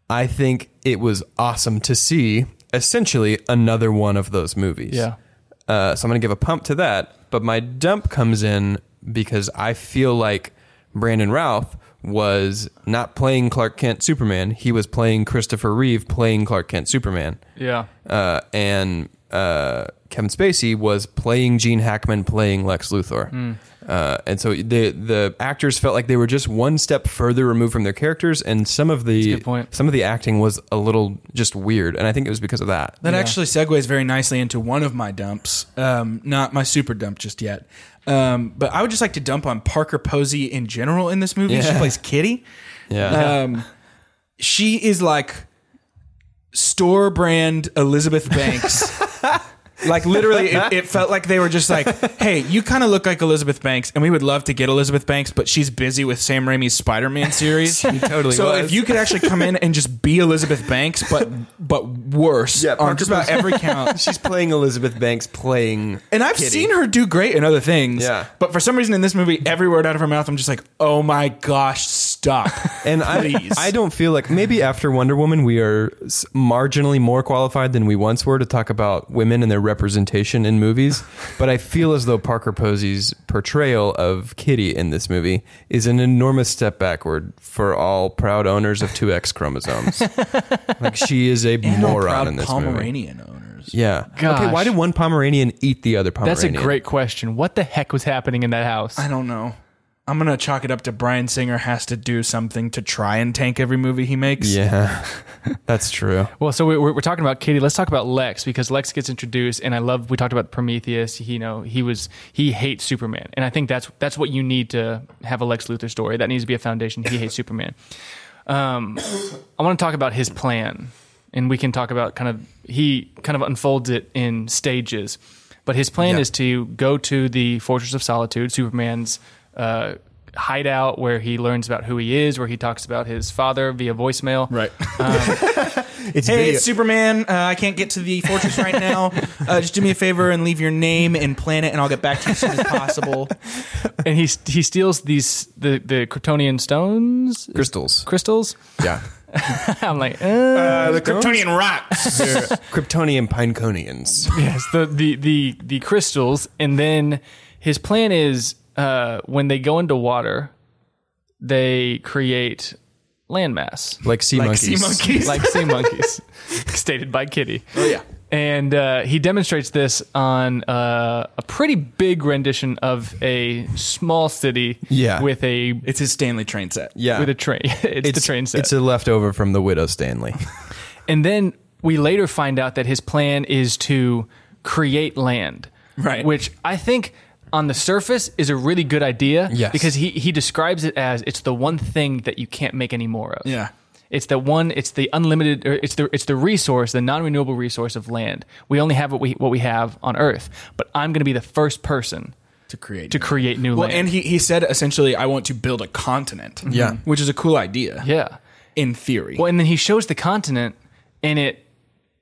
Speaker 3: I think it was awesome to see essentially another one of those movies.
Speaker 4: Yeah.
Speaker 3: Uh, so I'm going to give a pump to that. But my dump comes in because I feel like Brandon Routh was not playing Clark Kent Superman. He was playing Christopher Reeve playing Clark Kent Superman.
Speaker 4: yeah.
Speaker 3: Uh, and uh, Kevin Spacey was playing Gene Hackman playing Lex Luthor.
Speaker 4: Hmm.
Speaker 3: Uh, and so the the actors felt like they were just one step further removed from their characters, and some of the
Speaker 4: good point.
Speaker 3: some of the acting was a little just weird, and I think it was because of that.
Speaker 5: That actually segues very nicely into one of my dumps. Um, not my super dump just yet. Um, but I would just like to dump on Parker Posey in general in this movie. She
Speaker 3: Yeah.
Speaker 5: plays Kitty.
Speaker 3: Yeah,
Speaker 5: Um, she is like store brand Elizabeth Banks. like literally, it, it felt like they were just like, "Hey, you kind of look like Elizabeth Banks, and we would love to get Elizabeth Banks, but she's busy with Sam Raimi's Spider-Man series.
Speaker 3: totally
Speaker 5: So
Speaker 3: was.
Speaker 5: if you could actually come in and just be Elizabeth Banks, but but worse
Speaker 3: Yeah,
Speaker 5: on
Speaker 3: Parker
Speaker 5: just about
Speaker 3: Posey.
Speaker 5: every count.
Speaker 3: she's playing Elizabeth Banks playing,
Speaker 5: And I've seen her do great in other things.
Speaker 3: Yeah.
Speaker 5: But for some reason in this movie, every word out of her mouth, I'm just like, oh my gosh, stop.
Speaker 3: And I,
Speaker 5: Please.
Speaker 3: I don't feel like maybe after Wonder Woman, we are s- marginally more qualified than we once were to talk about women and their representation in movies. But I feel as though Parker Posey's portrayal of Kitty in this movie is an enormous step backward for all proud owners of two X chromosomes. like she is a moron in this movie.
Speaker 5: Pomeranian owners.
Speaker 3: Yeah. Okay.
Speaker 4: Gosh.
Speaker 3: Why did one Pomeranian eat the other Pomeranian?
Speaker 4: That's a great question. What the heck was happening in that house?
Speaker 5: I don't know. I'm gonna chalk it up to Brian Singer has to do something to try and tank every movie he makes.
Speaker 3: Yeah, that's true.
Speaker 4: Well, so we- we're, we're talking about Katie. Let's talk about Lex because Lex gets introduced, and I love we talked about Prometheus. He, you know, he was he hates Superman, and I think that's that's what you need to have a Lex Luthor story. That needs to be a foundation. He hates Superman. Um, I want to talk about his plan and we can talk about kind of he kind of unfolds it in stages. But his plan is to go to the Fortress of Solitude, Superman's uh, hideout, where he learns about who he is, where he talks about his father via voicemail.
Speaker 5: Right.
Speaker 3: It's
Speaker 5: Hey,
Speaker 3: video.
Speaker 5: it's Superman. Uh, I can't get to the fortress right now. Uh, just do me a favor and leave your name and planet, and I'll get back to you as soon as possible.
Speaker 4: And he he steals these the the Kryptonian stones
Speaker 3: crystals.
Speaker 4: crystals.
Speaker 3: Yeah.
Speaker 4: I'm like, uh,
Speaker 5: the Kryptonian rocks.
Speaker 3: They're Kryptonian Pineconians.
Speaker 4: yes, the, the the the crystals, and then his plan is uh, when they go into water, they create landmass
Speaker 3: Like sea
Speaker 5: Like sea
Speaker 3: monkeys.
Speaker 5: monkeys.
Speaker 4: like sea monkeys, stated by Kitty.
Speaker 3: Oh, yeah.
Speaker 4: And uh, he demonstrates this on uh, a pretty big rendition of a small city
Speaker 3: Yeah.
Speaker 4: with a
Speaker 5: it's his Stanley train set.
Speaker 3: Yeah.
Speaker 4: with a train. it's, the train set.
Speaker 3: It's a leftover from the Widow Stanley.
Speaker 4: And then we later find out that his plan is to create land.
Speaker 5: Right.
Speaker 4: Which I think on the surface is a really good idea.
Speaker 3: Yes.
Speaker 4: Because he, he describes it as it's the one thing that you can't make any more of.
Speaker 5: Yeah.
Speaker 4: It's the one it's the unlimited or it's the it's the resource, the non renewable resource of land. We only have what we what we have on Earth. But I'm gonna be the first person
Speaker 5: To create.
Speaker 4: to create new
Speaker 5: Well,
Speaker 4: land.
Speaker 5: and he, he said essentially, I want to build a continent. Mm-hmm.
Speaker 3: Yeah.
Speaker 5: Which is a cool idea.
Speaker 4: yeah.
Speaker 5: In theory.
Speaker 4: Well, and then he shows the continent, and it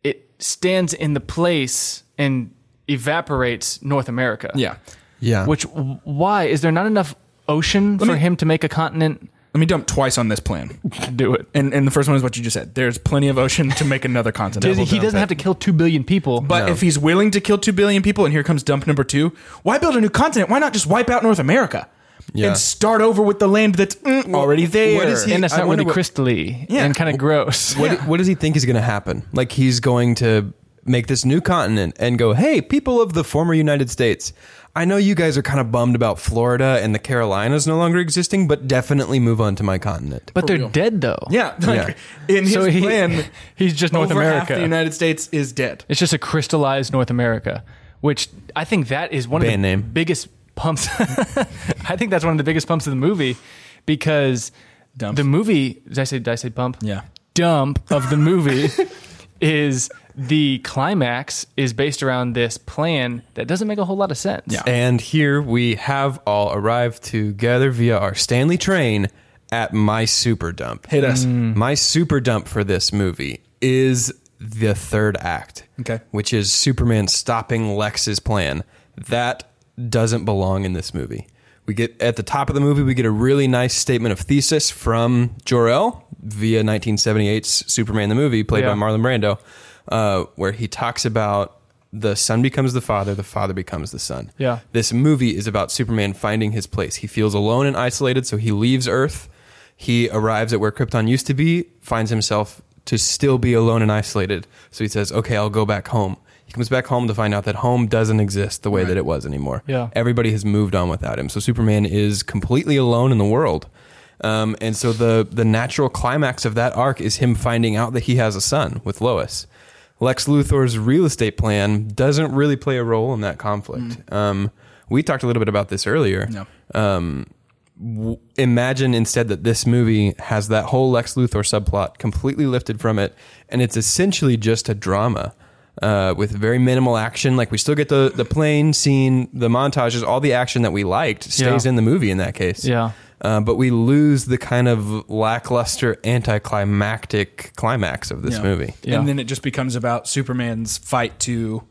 Speaker 4: it stands in the place and evaporates North America.
Speaker 5: Yeah.
Speaker 3: Yeah.
Speaker 4: Which w- why is there not enough ocean for him to make a continent?
Speaker 5: Let me dump twice on this plan.
Speaker 4: Do it.
Speaker 5: And, and the first one is what you just said. There's plenty of ocean to make another continent.
Speaker 4: he doesn't have to kill two billion people.
Speaker 5: But if he's willing to kill 2 billion people, and here comes dump number two, why build a new continent? Why not just wipe out North America
Speaker 3: Yeah.
Speaker 5: and start over with the land that's mm, already there?
Speaker 3: what is he-
Speaker 4: and that's
Speaker 3: I
Speaker 4: not
Speaker 3: wonder what-
Speaker 4: really crystally and kind of gross.
Speaker 3: What, what does he think is going to happen? Like he's going to make this new continent and go, hey, people of the former United States, I know you guys are kind of bummed about Florida and the Carolinas no longer existing, but definitely move on to my continent.
Speaker 4: But they're dead though.
Speaker 5: Yeah. like, In his
Speaker 4: So he,
Speaker 5: plan,
Speaker 4: he's just North
Speaker 5: over
Speaker 4: America.
Speaker 5: half the United States is dead.
Speaker 4: It's just a crystallized North America, which I think that is one of
Speaker 3: Band
Speaker 4: the
Speaker 3: name.
Speaker 4: biggest pumps. I think that's one of the biggest pumps of the movie because the movie. Did I say? Did I say pump?
Speaker 5: Yeah.
Speaker 4: Dump of the movie is the climax is based around this plan that doesn't make a whole lot of sense.
Speaker 5: Yeah.
Speaker 3: And here we have all arrived together via our Stanley train at my super dump. Mm.
Speaker 5: Hit us.
Speaker 3: My super dump for this movie is the third act.
Speaker 5: Okay.
Speaker 3: Which is Superman stopping Lex's plan. That doesn't belong in this movie. We get at the top of the movie, we get a really nice statement of thesis from Jor-El via 1978's Superman the movie, played
Speaker 4: Yeah.
Speaker 3: by Marlon Brando, uh, where he talks about the son becomes the father, the father becomes the son.
Speaker 4: Yeah.
Speaker 3: This movie is about Superman finding his place. He feels alone and isolated, so he leaves Earth. He arrives at where Krypton used to be, finds himself to still be alone and isolated. So he says, "Okay, I'll go back home." He comes back home to find out that home doesn't exist the way that it was anymore.
Speaker 4: Yeah.
Speaker 3: Everybody has moved on without him. So Superman is completely alone in the world. Um, and so the the natural climax of that arc is him finding out that he has a son with Lois. Lex Luthor's real estate plan doesn't really play a role in that conflict. Um, we talked a little bit about this earlier.
Speaker 5: No.
Speaker 3: Imagine instead that this movie has that whole Lex Luthor subplot completely lifted from it, and it's essentially just a drama uh, with very minimal action. Like we still get the the plane scene, the montages, all the action that we liked stays
Speaker 4: Yeah.
Speaker 3: in the movie in that case.
Speaker 4: Yeah.
Speaker 3: Uh, but we lose the kind of lackluster, anticlimactic climax of this
Speaker 5: Yeah.
Speaker 3: movie.
Speaker 4: Yeah.
Speaker 5: And then it just becomes about Superman's fight to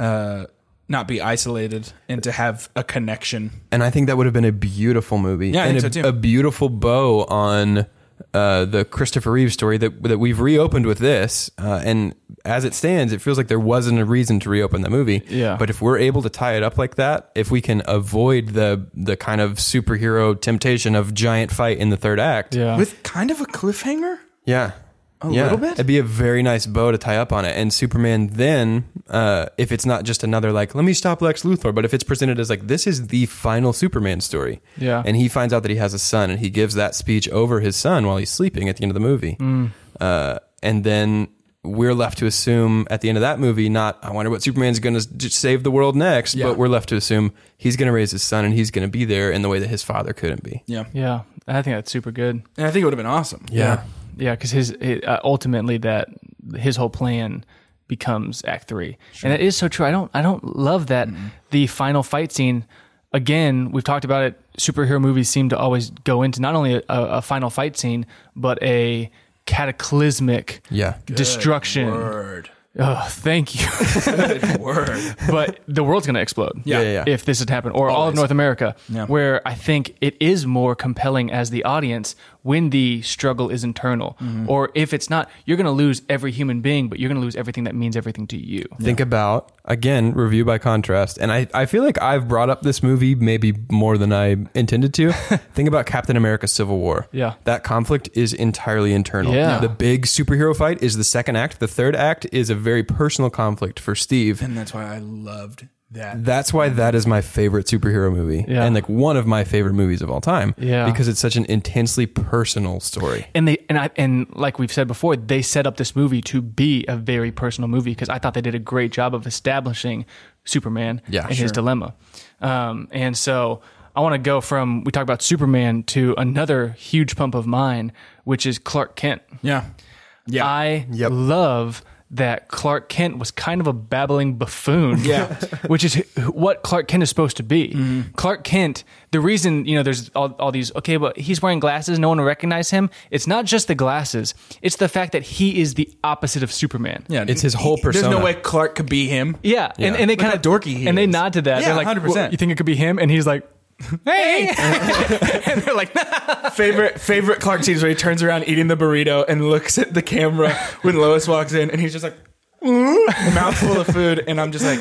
Speaker 5: uh, not be isolated and to have a connection.
Speaker 3: and I think that would have been a beautiful movie.
Speaker 5: Yeah, I
Speaker 3: and
Speaker 5: think
Speaker 3: a,
Speaker 5: so too.
Speaker 3: a beautiful bow on uh, the Christopher Reeve story that that we've reopened with this. Uh, and as it stands, it feels like there wasn't a reason to reopen the movie.
Speaker 4: Yeah.
Speaker 3: But if we're able to tie it up like that, if we can avoid the the kind of superhero temptation of giant fight in the third act,
Speaker 4: Yeah.
Speaker 5: With kind of a cliffhanger?
Speaker 3: yeah. A
Speaker 5: little bit?
Speaker 3: It'd be a very nice bow to tie up on it. And Superman then, uh, if it's not just another like, let me stop Lex Luthor, but if it's presented as like this is the final Superman story.
Speaker 4: Yeah.
Speaker 3: And he finds out that he has a son and he gives that speech over his son while he's sleeping at the end of the movie.
Speaker 5: Mm.
Speaker 3: Uh, and then we're left to assume at the end of that movie, not I wonder what Superman's going to save the world next, but we're left to assume he's going to raise his son and he's going to be there in the way that his father couldn't be.
Speaker 5: Yeah.
Speaker 4: yeah. I think that's super good.
Speaker 5: And I think it would have been awesome.
Speaker 3: Yeah.
Speaker 4: Yeah, because his, it, uh, ultimately that his whole plan becomes act three and it is so true i don't i don't love that
Speaker 3: Mm-hmm.
Speaker 4: the final fight scene again we've talked about it superhero movies seem to always go into not only a, a final fight scene but a cataclysmic
Speaker 3: Yeah.
Speaker 4: destruction
Speaker 5: Word.
Speaker 4: oh thank you
Speaker 5: Good word.
Speaker 4: but the world's going to explode.
Speaker 3: Yeah, yeah, yeah.
Speaker 4: If this had happened, or all of North America, where I think it is more compelling as the audience when the struggle is internal,
Speaker 3: Mm-hmm.
Speaker 4: or if it's not, you're going to lose every human being, but you're going to lose everything that means everything to you.
Speaker 3: Think about again review by contrast, and I, I feel like I've brought up this movie maybe more than I intended to. Think about Captain America: Civil War.
Speaker 4: Yeah.
Speaker 3: that conflict is entirely internal.
Speaker 4: Yeah.
Speaker 3: the big superhero fight is the second act. The third act is a very personal conflict for Steve.
Speaker 5: And that's why I loved that.
Speaker 3: That's why that is my favorite superhero movie,
Speaker 4: Yeah.
Speaker 3: and like one of my favorite movies of all time.
Speaker 4: Yeah.
Speaker 3: because it's such an intensely personal story.
Speaker 4: And they and I and like we've said before, they set up this movie to be a very personal movie because I thought they did a great job of establishing Superman
Speaker 3: Yeah,
Speaker 4: and his dilemma. Um, and so I want to go from we talked about Superman to another huge pump of mine, which is Clark Kent.
Speaker 5: yeah. Yeah.
Speaker 4: I love that Clark Kent was kind of a babbling buffoon.
Speaker 5: Yeah. Mm-hmm.
Speaker 4: which is what Clark Kent is supposed to be. Clark Kent, the reason, you know, there's all, all these, okay, but he's wearing glasses, no one will recognize him. It's not just the glasses, it's the fact that he is the opposite of Superman.
Speaker 5: yeah.
Speaker 3: It's his whole persona.
Speaker 5: There's no way Clark could be him.
Speaker 4: Yeah, And, and they
Speaker 5: Look
Speaker 4: kind of
Speaker 5: how dorky he
Speaker 4: and they
Speaker 5: is.
Speaker 4: nod to that.
Speaker 5: Yeah,
Speaker 4: they're like,
Speaker 5: 100%.
Speaker 4: "Well, you think it could be him? And he's like, hey, and they're like,
Speaker 5: Favorite favorite Clark scenes where he turns around eating the burrito and looks at the camera when Lois walks in and he's just like "Mm," mouthful of food and I'm just like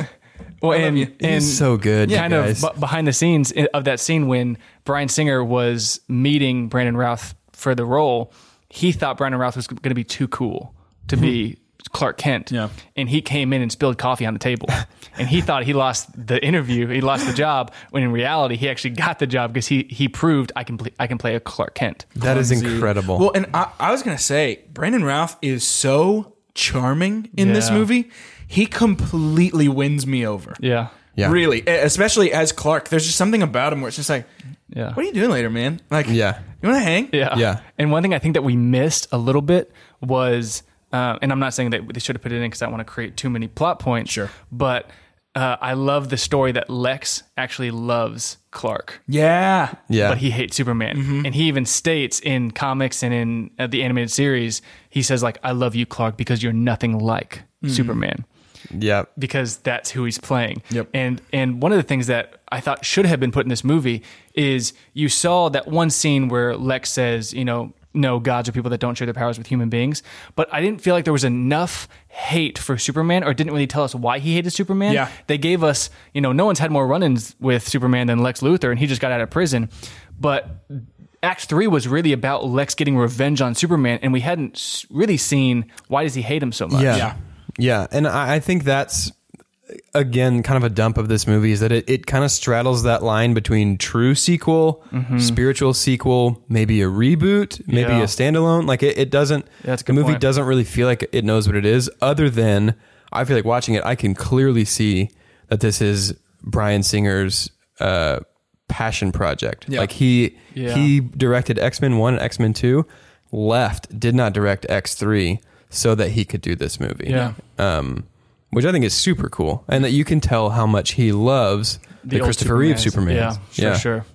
Speaker 4: well, and,
Speaker 5: you.
Speaker 4: and
Speaker 3: so good, you
Speaker 4: kind
Speaker 3: guys.
Speaker 4: of b- behind the scenes i- of that scene when Brian Singer was meeting Brandon Routh for the role, he thought Brandon Routh was going to be too cool to be Clark Kent.
Speaker 5: Hmm. Yeah.
Speaker 4: And he came in and spilled coffee on the table. and he thought he lost the interview, he lost the job, when in reality, he actually got the job because he, he proved I can, pl- I can play a Clark Kent.
Speaker 3: That is incredible.
Speaker 5: Well, and I, I was gonna say Brandon Routh is so charming in this
Speaker 4: Yeah.
Speaker 5: movie. He completely wins me over.
Speaker 4: Yeah.
Speaker 3: Yeah.
Speaker 5: Really, e- especially as Clark, there's just something about him where it's just like,
Speaker 4: Yeah.
Speaker 5: what are you doing later, man? Like,
Speaker 3: Yeah.
Speaker 5: you want to hang?
Speaker 4: Yeah.
Speaker 3: Yeah.
Speaker 4: And one thing I think that we missed a little bit was, uh, and I'm not saying that they should have put it in because I want to create too many plot points.
Speaker 5: Sure.
Speaker 4: But uh, I love the story that Lex actually loves Clark.
Speaker 5: yeah,
Speaker 3: yeah, Mm-hmm.
Speaker 4: But he hates Superman, and he even states in comics and in uh, the animated series, he says like, "I love you, Clark, because you're nothing like
Speaker 3: Mm-hmm.
Speaker 4: Superman."
Speaker 3: yeah.
Speaker 4: because that's who he's playing.
Speaker 5: Yep.
Speaker 4: And and one of the things that I thought should have been put in this movie is you saw that one scene where Lex says, you know, no, gods are people that don't share their powers with human beings. But I didn't feel like there was enough hate for Superman, or it didn't really tell us why he hated Superman.
Speaker 5: Yeah.
Speaker 4: They gave us, you know, no one's had more run ins with Superman than Lex Luthor, and he just got out of prison. But Act three was really about Lex getting revenge on Superman, and we hadn't s- really seen why does he hate him so much.
Speaker 3: Yeah.
Speaker 5: Yeah.
Speaker 3: Yeah. And I, I think that's, again, kind of a dump of this movie is that it, it kind of straddles that line between true sequel, spiritual sequel, maybe a reboot, maybe
Speaker 4: Mm-hmm. Yeah.
Speaker 3: a standalone. Like it, it doesn't,
Speaker 4: That's a
Speaker 3: the
Speaker 4: good
Speaker 3: movie
Speaker 4: point.
Speaker 3: doesn't really feel like it knows what it is, other than I feel like watching it, I can clearly see that this is Brian Singer's, uh, passion project. Like he,
Speaker 4: Yeah.
Speaker 3: he directed X Men 1 and X Men 2, left, did not direct X 3 so that he could do this movie.
Speaker 4: Yeah.
Speaker 3: Um, which I think is super cool. And that you can tell how much he loves the,
Speaker 4: old
Speaker 3: Christopher Reeve Superman.
Speaker 4: Yeah, for sure.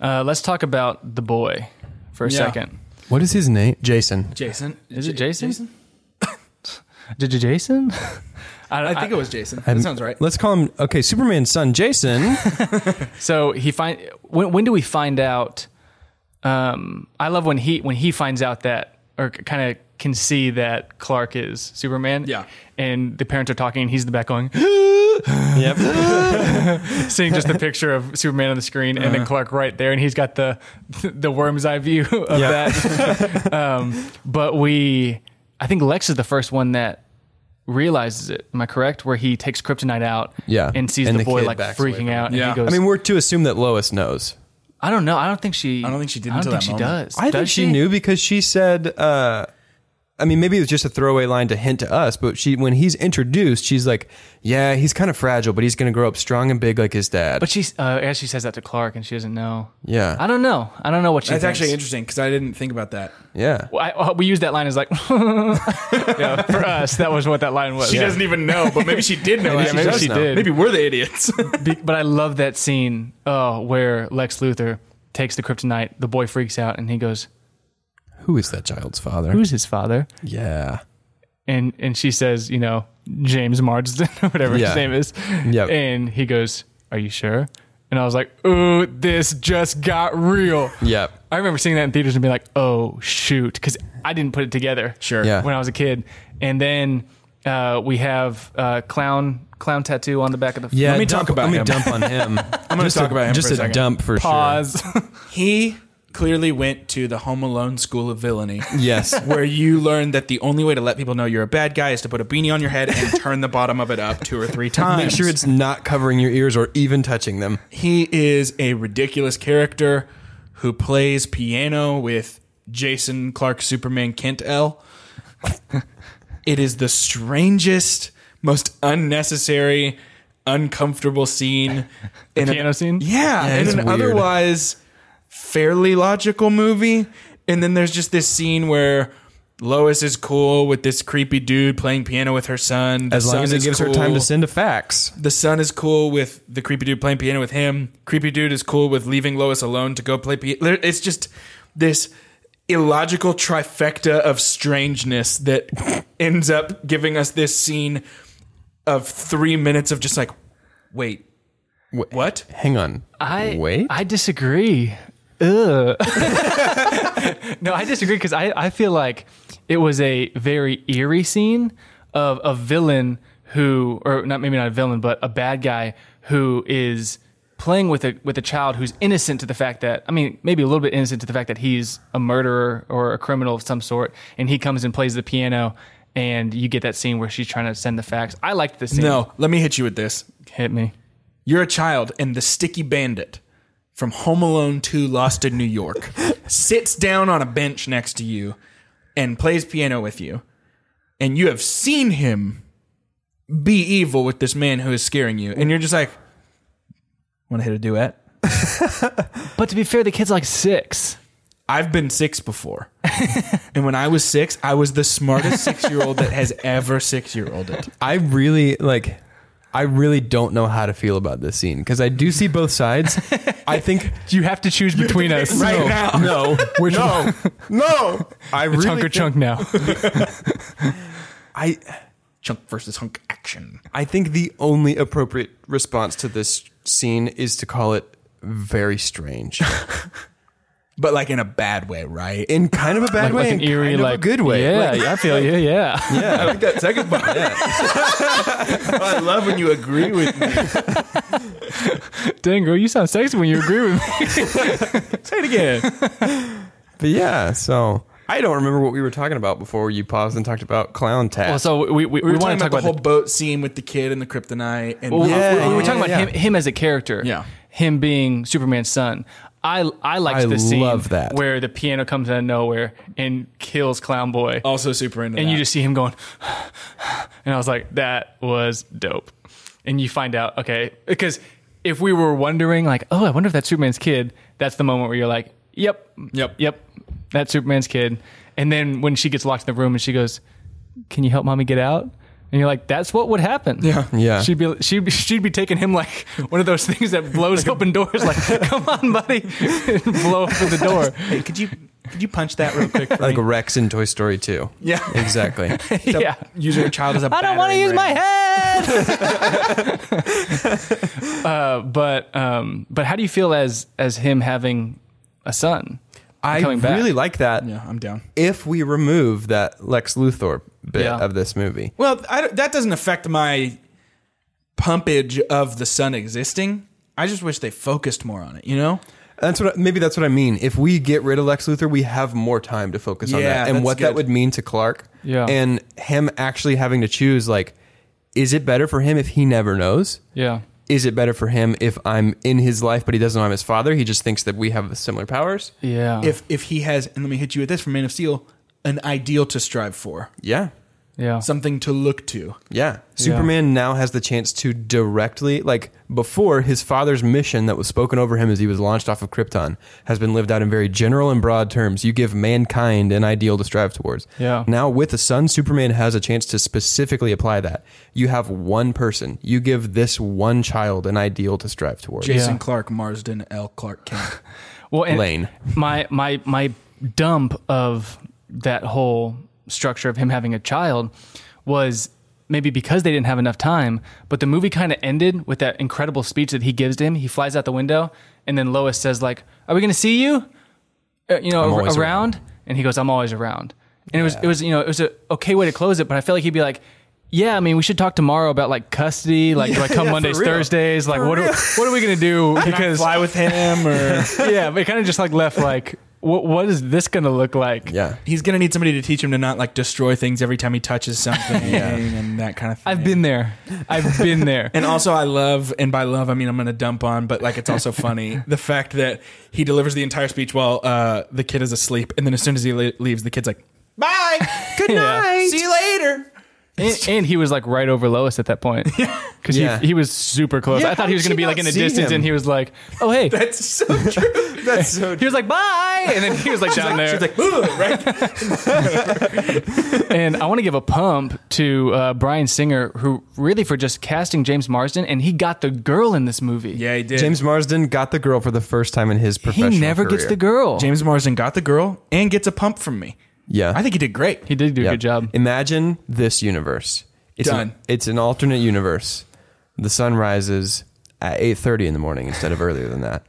Speaker 4: Uh, let's talk about the boy for a
Speaker 5: Yeah.
Speaker 4: second.
Speaker 3: What is his name? Jason.
Speaker 5: Jason.
Speaker 4: Is it Jason? Did you Jason? I,
Speaker 5: I think it
Speaker 4: was.
Speaker 5: was Jason. That sounds right.
Speaker 3: Let's call him, okay, Superman's son, Jason.
Speaker 4: So he find when when do we find out? Um, I love when he when he finds out that or kind of can see that Clark is Superman.
Speaker 5: Yeah.
Speaker 4: and the parents are talking, and he's in the back going,
Speaker 3: yep.
Speaker 4: seeing just the picture of Superman on the screen, and
Speaker 3: Uh-huh.
Speaker 4: then Clark right there, and he's got the the worm's eye view of that. um, but we, I think Lex is the first one that realizes it. Am I correct? Where he takes Kryptonite out,
Speaker 3: Yeah.
Speaker 4: and sees
Speaker 3: And the
Speaker 4: the, boy
Speaker 3: kid
Speaker 4: like
Speaker 3: backs away
Speaker 4: freaking
Speaker 3: from
Speaker 4: out,
Speaker 5: Yeah.
Speaker 4: and he goes,
Speaker 3: I mean, we're to assume that Lois knows.
Speaker 4: I don't know. I don't think she. I
Speaker 5: don't think she did
Speaker 4: I don't
Speaker 5: until
Speaker 4: think
Speaker 5: that
Speaker 4: she
Speaker 5: moment.
Speaker 4: does.
Speaker 3: I
Speaker 4: Does
Speaker 3: think she knew because she said, uh, I mean, maybe it was just a throwaway line to hint to us, but she, when he's introduced, she's like, "Yeah, he's kind of fragile, but he's going to grow up strong and big like his dad."
Speaker 4: But she's, uh, as she says that to Clark, and she doesn't know.
Speaker 3: Yeah.
Speaker 4: I don't know. I don't know what she.
Speaker 5: That's
Speaker 4: thinks.
Speaker 5: actually interesting because I didn't think about that.
Speaker 3: yeah,
Speaker 4: I, uh, we use that line as like, Yeah, for us, that was what that line was. Yeah.
Speaker 5: even know, but maybe she did know.
Speaker 4: Yeah, maybe
Speaker 3: does
Speaker 4: she
Speaker 3: know.
Speaker 4: did.
Speaker 5: Maybe we're the idiots.
Speaker 4: Be- but I love that scene uh, where Lex Luthor takes the kryptonite. The boy freaks out and he goes,
Speaker 3: who is that child's father?
Speaker 4: "Who's his father?"
Speaker 3: yeah,
Speaker 4: And and she says, "You know, James Marsden, or whatever
Speaker 3: Yeah.
Speaker 4: his name is."
Speaker 3: Yep.
Speaker 4: And he goes, "Are you sure?" And I was like, "Ooh, this just got real."
Speaker 3: yep,
Speaker 4: I remember seeing that in theaters and being like, "Oh shoot," because I didn't put it together.
Speaker 5: Sure.
Speaker 3: Yeah.
Speaker 4: When I was a kid, and then uh, we have uh, clown clown tattoo on the back of the
Speaker 3: yeah.
Speaker 5: Let me talk about
Speaker 3: let me
Speaker 5: him.
Speaker 3: dump on him. I'm
Speaker 5: gonna talk about him
Speaker 3: Just
Speaker 5: for a
Speaker 3: a,
Speaker 5: second.
Speaker 3: dump for
Speaker 4: Pause.
Speaker 5: He clearly went to the Home Alone School of Villainy.
Speaker 3: sure. Yes,
Speaker 5: Where you learn that the only way to let people know you're a bad guy is to put a beanie on your head and turn the bottom of it up two or three times.
Speaker 3: make sure it's not covering your ears or even touching them.
Speaker 5: He is a ridiculous character who plays piano with Jason Clark Superman Kent L. it is the strangest, most unnecessary, uncomfortable scene in an-
Speaker 4: piano scene?
Speaker 5: Yeah, in
Speaker 3: it's
Speaker 5: an
Speaker 3: weird.
Speaker 5: otherwise fairly logical movie. And then there's just this scene where Lois is cool with this creepy dude playing piano with her son. The
Speaker 3: As
Speaker 5: son
Speaker 3: long as it
Speaker 5: is
Speaker 3: gives her time
Speaker 5: cool
Speaker 3: to send a fax.
Speaker 5: the son is cool with the creepy dude playing piano with him. Creepy dude is cool with leaving Lois alone to go play piano. It's just this illogical trifecta of strangeness that ends up giving us this scene of three minutes of just like, wait,
Speaker 3: Wait.
Speaker 5: what?
Speaker 3: Hang on.
Speaker 4: I
Speaker 3: wait.
Speaker 4: I disagree. Ugh. no, I disagree because I, I feel like it was a very eerie scene of a villain who, or not maybe not a villain, but a bad guy who is playing with a with a child who's innocent to the fact that I mean maybe a little bit innocent to the fact that he's a murderer or a criminal of some sort, and he comes and plays the piano, and you get that scene where she's trying to send the facts. I liked this scene.
Speaker 5: No, let me hit you with this.
Speaker 4: hit me.
Speaker 5: You're a child, and the sticky bandit from Home Alone 2 Lost in New York sits down on a bench next to you and plays piano with you. And you have seen him be evil with this man who is scaring you. And you're just like, want to hit a duet?
Speaker 4: But to be fair, the kid's like six.
Speaker 5: I've been six before. and when I was six, I was the smartest six year old that has ever six year old it.
Speaker 3: I really like. I really don't know how to feel about this scene because I do see both sides. I think
Speaker 4: You have to choose between us.
Speaker 3: no, Oh, No, which
Speaker 4: No.
Speaker 3: no. I
Speaker 4: It's
Speaker 3: really
Speaker 4: hunk or
Speaker 3: think-
Speaker 4: chunk now.
Speaker 3: I
Speaker 5: Chunk versus hunk action.
Speaker 3: I think the only appropriate response to this scene is to call it very strange
Speaker 5: But like in a bad way, right?
Speaker 3: in kind of a bad
Speaker 4: Like,
Speaker 3: way,
Speaker 4: like an
Speaker 3: and
Speaker 4: eerie,
Speaker 3: kind of
Speaker 4: like
Speaker 3: a good way.
Speaker 4: Yeah,
Speaker 3: Like,
Speaker 4: I feel you. Yeah,
Speaker 3: yeah. I like that second part.
Speaker 5: Oh, I love when you agree with me.
Speaker 4: dang girl, you sound sexy when you agree with me.
Speaker 5: Say it again.
Speaker 3: But yeah, so I don't remember what we were talking about before you paused and talked about clown tat.
Speaker 4: Well, so we we,
Speaker 5: We were
Speaker 4: want to
Speaker 5: talking
Speaker 4: talk
Speaker 5: about
Speaker 4: about,
Speaker 5: the whole boat scene with the kid and the kryptonite, and
Speaker 4: the, well,
Speaker 3: Yeah,
Speaker 4: we, we were
Speaker 3: yeah,
Speaker 4: talking
Speaker 3: yeah,
Speaker 4: about
Speaker 3: yeah.
Speaker 4: him him as a character.
Speaker 5: Yeah.
Speaker 4: him being Superman's son. I I liked
Speaker 3: I
Speaker 4: the scene
Speaker 3: love that.
Speaker 4: where the piano comes out of nowhere and kills Clown Boy,
Speaker 5: also super into.
Speaker 4: and
Speaker 5: that.
Speaker 4: you just see him going, and I was like, that was dope. And you find out, okay, because if we were wondering, like, oh, I wonder if that's Superman's kid, that's the moment where you're like, yep,
Speaker 5: Yep.
Speaker 4: Yep. That's Superman's kid. And then when she gets locked in the room and she goes, Can you help mommy get out? And you're like, That's what would happen. Yeah.
Speaker 3: Yeah.
Speaker 4: She'd be she'd be, she'd be taking him like one of those things that blows open doors, like, come on, buddy. and blow open the door.
Speaker 5: Hey, could you could you punch that real quick? For
Speaker 3: like
Speaker 5: me?
Speaker 3: Rex in Toy Story 2.
Speaker 5: Yeah.
Speaker 3: Exactly.
Speaker 4: yeah.
Speaker 5: Use your child as a.
Speaker 4: I don't want to use my head. uh, but um, but how do you feel as as him having a son?
Speaker 3: I
Speaker 4: Coming back.
Speaker 3: really like that.
Speaker 5: Yeah, I'm down.
Speaker 3: If we remove that Lex Luthor bit
Speaker 4: Yeah.
Speaker 3: of this movie.
Speaker 5: Well, I don't- that doesn't affect my pumpage of the sun existing. I just wish they focused more on it. You know,
Speaker 3: That's what maybe that's what I mean. If we get rid of Lex Luthor, we have more time to focus on
Speaker 5: Yeah,
Speaker 3: that and
Speaker 5: that's
Speaker 3: what that
Speaker 5: good.
Speaker 3: would mean to Clark.
Speaker 4: Yeah.
Speaker 3: And him actually having to choose like is it better for him if he never knows?
Speaker 4: Yeah.
Speaker 3: Is it better for him if I'm in his life but he doesn't know I'm his father? He just thinks that we have similar powers.
Speaker 4: Yeah.
Speaker 5: if if he has, and let me hit you with this from Man of Steel. an ideal to strive for,
Speaker 3: Yeah.
Speaker 4: Yeah.
Speaker 5: something to look to.
Speaker 3: Yeah. Superman now has the chance to directly, like before, his father's mission that was spoken over him as he was launched off of Krypton has been lived out in very general and broad terms. You give mankind an ideal to strive towards.
Speaker 4: Yeah.
Speaker 3: Now, with the sun, Superman has a chance to specifically apply that. You have one person, you give this one child an ideal to strive towards.
Speaker 5: Jason Clark, Marsden, L. Clark Kent.
Speaker 4: well, and
Speaker 3: Lane.
Speaker 4: My my my dump of that whole structure of him having a child was maybe because they didn't have enough time. But the movie kind of ended with that incredible speech that he gives to him. He flies out the window, and then Lois says like, "Are we going to see you? Uh, you know, ar-
Speaker 3: always
Speaker 4: around? And he goes, "I'm always around." And it was it was you know it was a okay way to close it, but I felt like he'd be like. Yeah, I mean, we should talk tomorrow about like custody, like do I come Mondays, Thursdays, like what are, what are we gonna do? Because
Speaker 5: Fly with him, or
Speaker 4: yeah, but it kind of just like left like, what, what is this going to look like?
Speaker 3: Yeah.
Speaker 5: he's gonna need somebody to teach him to not like destroy things every time he touches something, and that kind of. thing.
Speaker 4: I've been there. I've been there.
Speaker 5: And also, I love, and by love, I mean I'm going to dump on, but like it's also funny the fact that he delivers the entire speech while uh, the kid is asleep, and then as soon as he le- leaves, the kid's like, "Bye, good night, see you later."
Speaker 4: and, and he was like right over Lois at that point because
Speaker 3: Yeah.
Speaker 4: he, he was super close.
Speaker 3: Yeah,
Speaker 4: I
Speaker 3: how
Speaker 4: thought he
Speaker 3: did
Speaker 4: was going
Speaker 3: she
Speaker 4: to be
Speaker 3: not
Speaker 4: like in a
Speaker 3: see
Speaker 4: distance
Speaker 3: him?
Speaker 4: and he was like, oh, hey.
Speaker 5: That's so true.
Speaker 3: That's so
Speaker 4: he was like, bye. And then he was like down there.
Speaker 5: Ooh, right?
Speaker 4: and I want to give a pump to uh, Brian Singer, who really for just casting James Marsden, and he got the girl in this movie.
Speaker 5: Yeah, he did.
Speaker 3: James Marsden got the girl for the first time in his
Speaker 4: He
Speaker 3: professional
Speaker 4: never gets
Speaker 3: career.
Speaker 4: the girl.
Speaker 5: James Marsden got the girl and gets a pump from me.
Speaker 3: Yeah.
Speaker 5: I think he did great.
Speaker 4: he did do
Speaker 3: Yeah.
Speaker 4: a good job.
Speaker 3: Imagine this universe. It's
Speaker 5: Done.
Speaker 3: An, it's an alternate universe. The sun rises at eight thirty in the morning instead of earlier than that.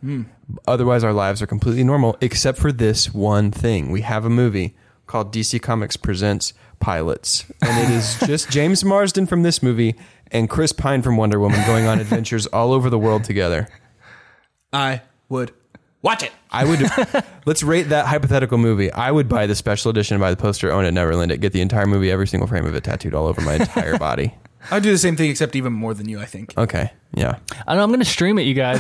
Speaker 3: Otherwise, our lives are completely normal, except for this one thing. We have a movie called DC Comics Presents Pilots, and it is just James Marsden from this movie and Chris Pine from Wonder Woman going on adventures all over the world together.
Speaker 5: I would watch it.
Speaker 3: I would let's rate that hypothetical movie. I would buy the special edition, buy the poster, own it, never lend it, get the entire movie, every single frame of it tattooed all over my entire body.
Speaker 5: I'd do the same thing, except even more than you. I think.
Speaker 3: Okay. Yeah.
Speaker 4: I don't know. I'm going to stream it, you guys.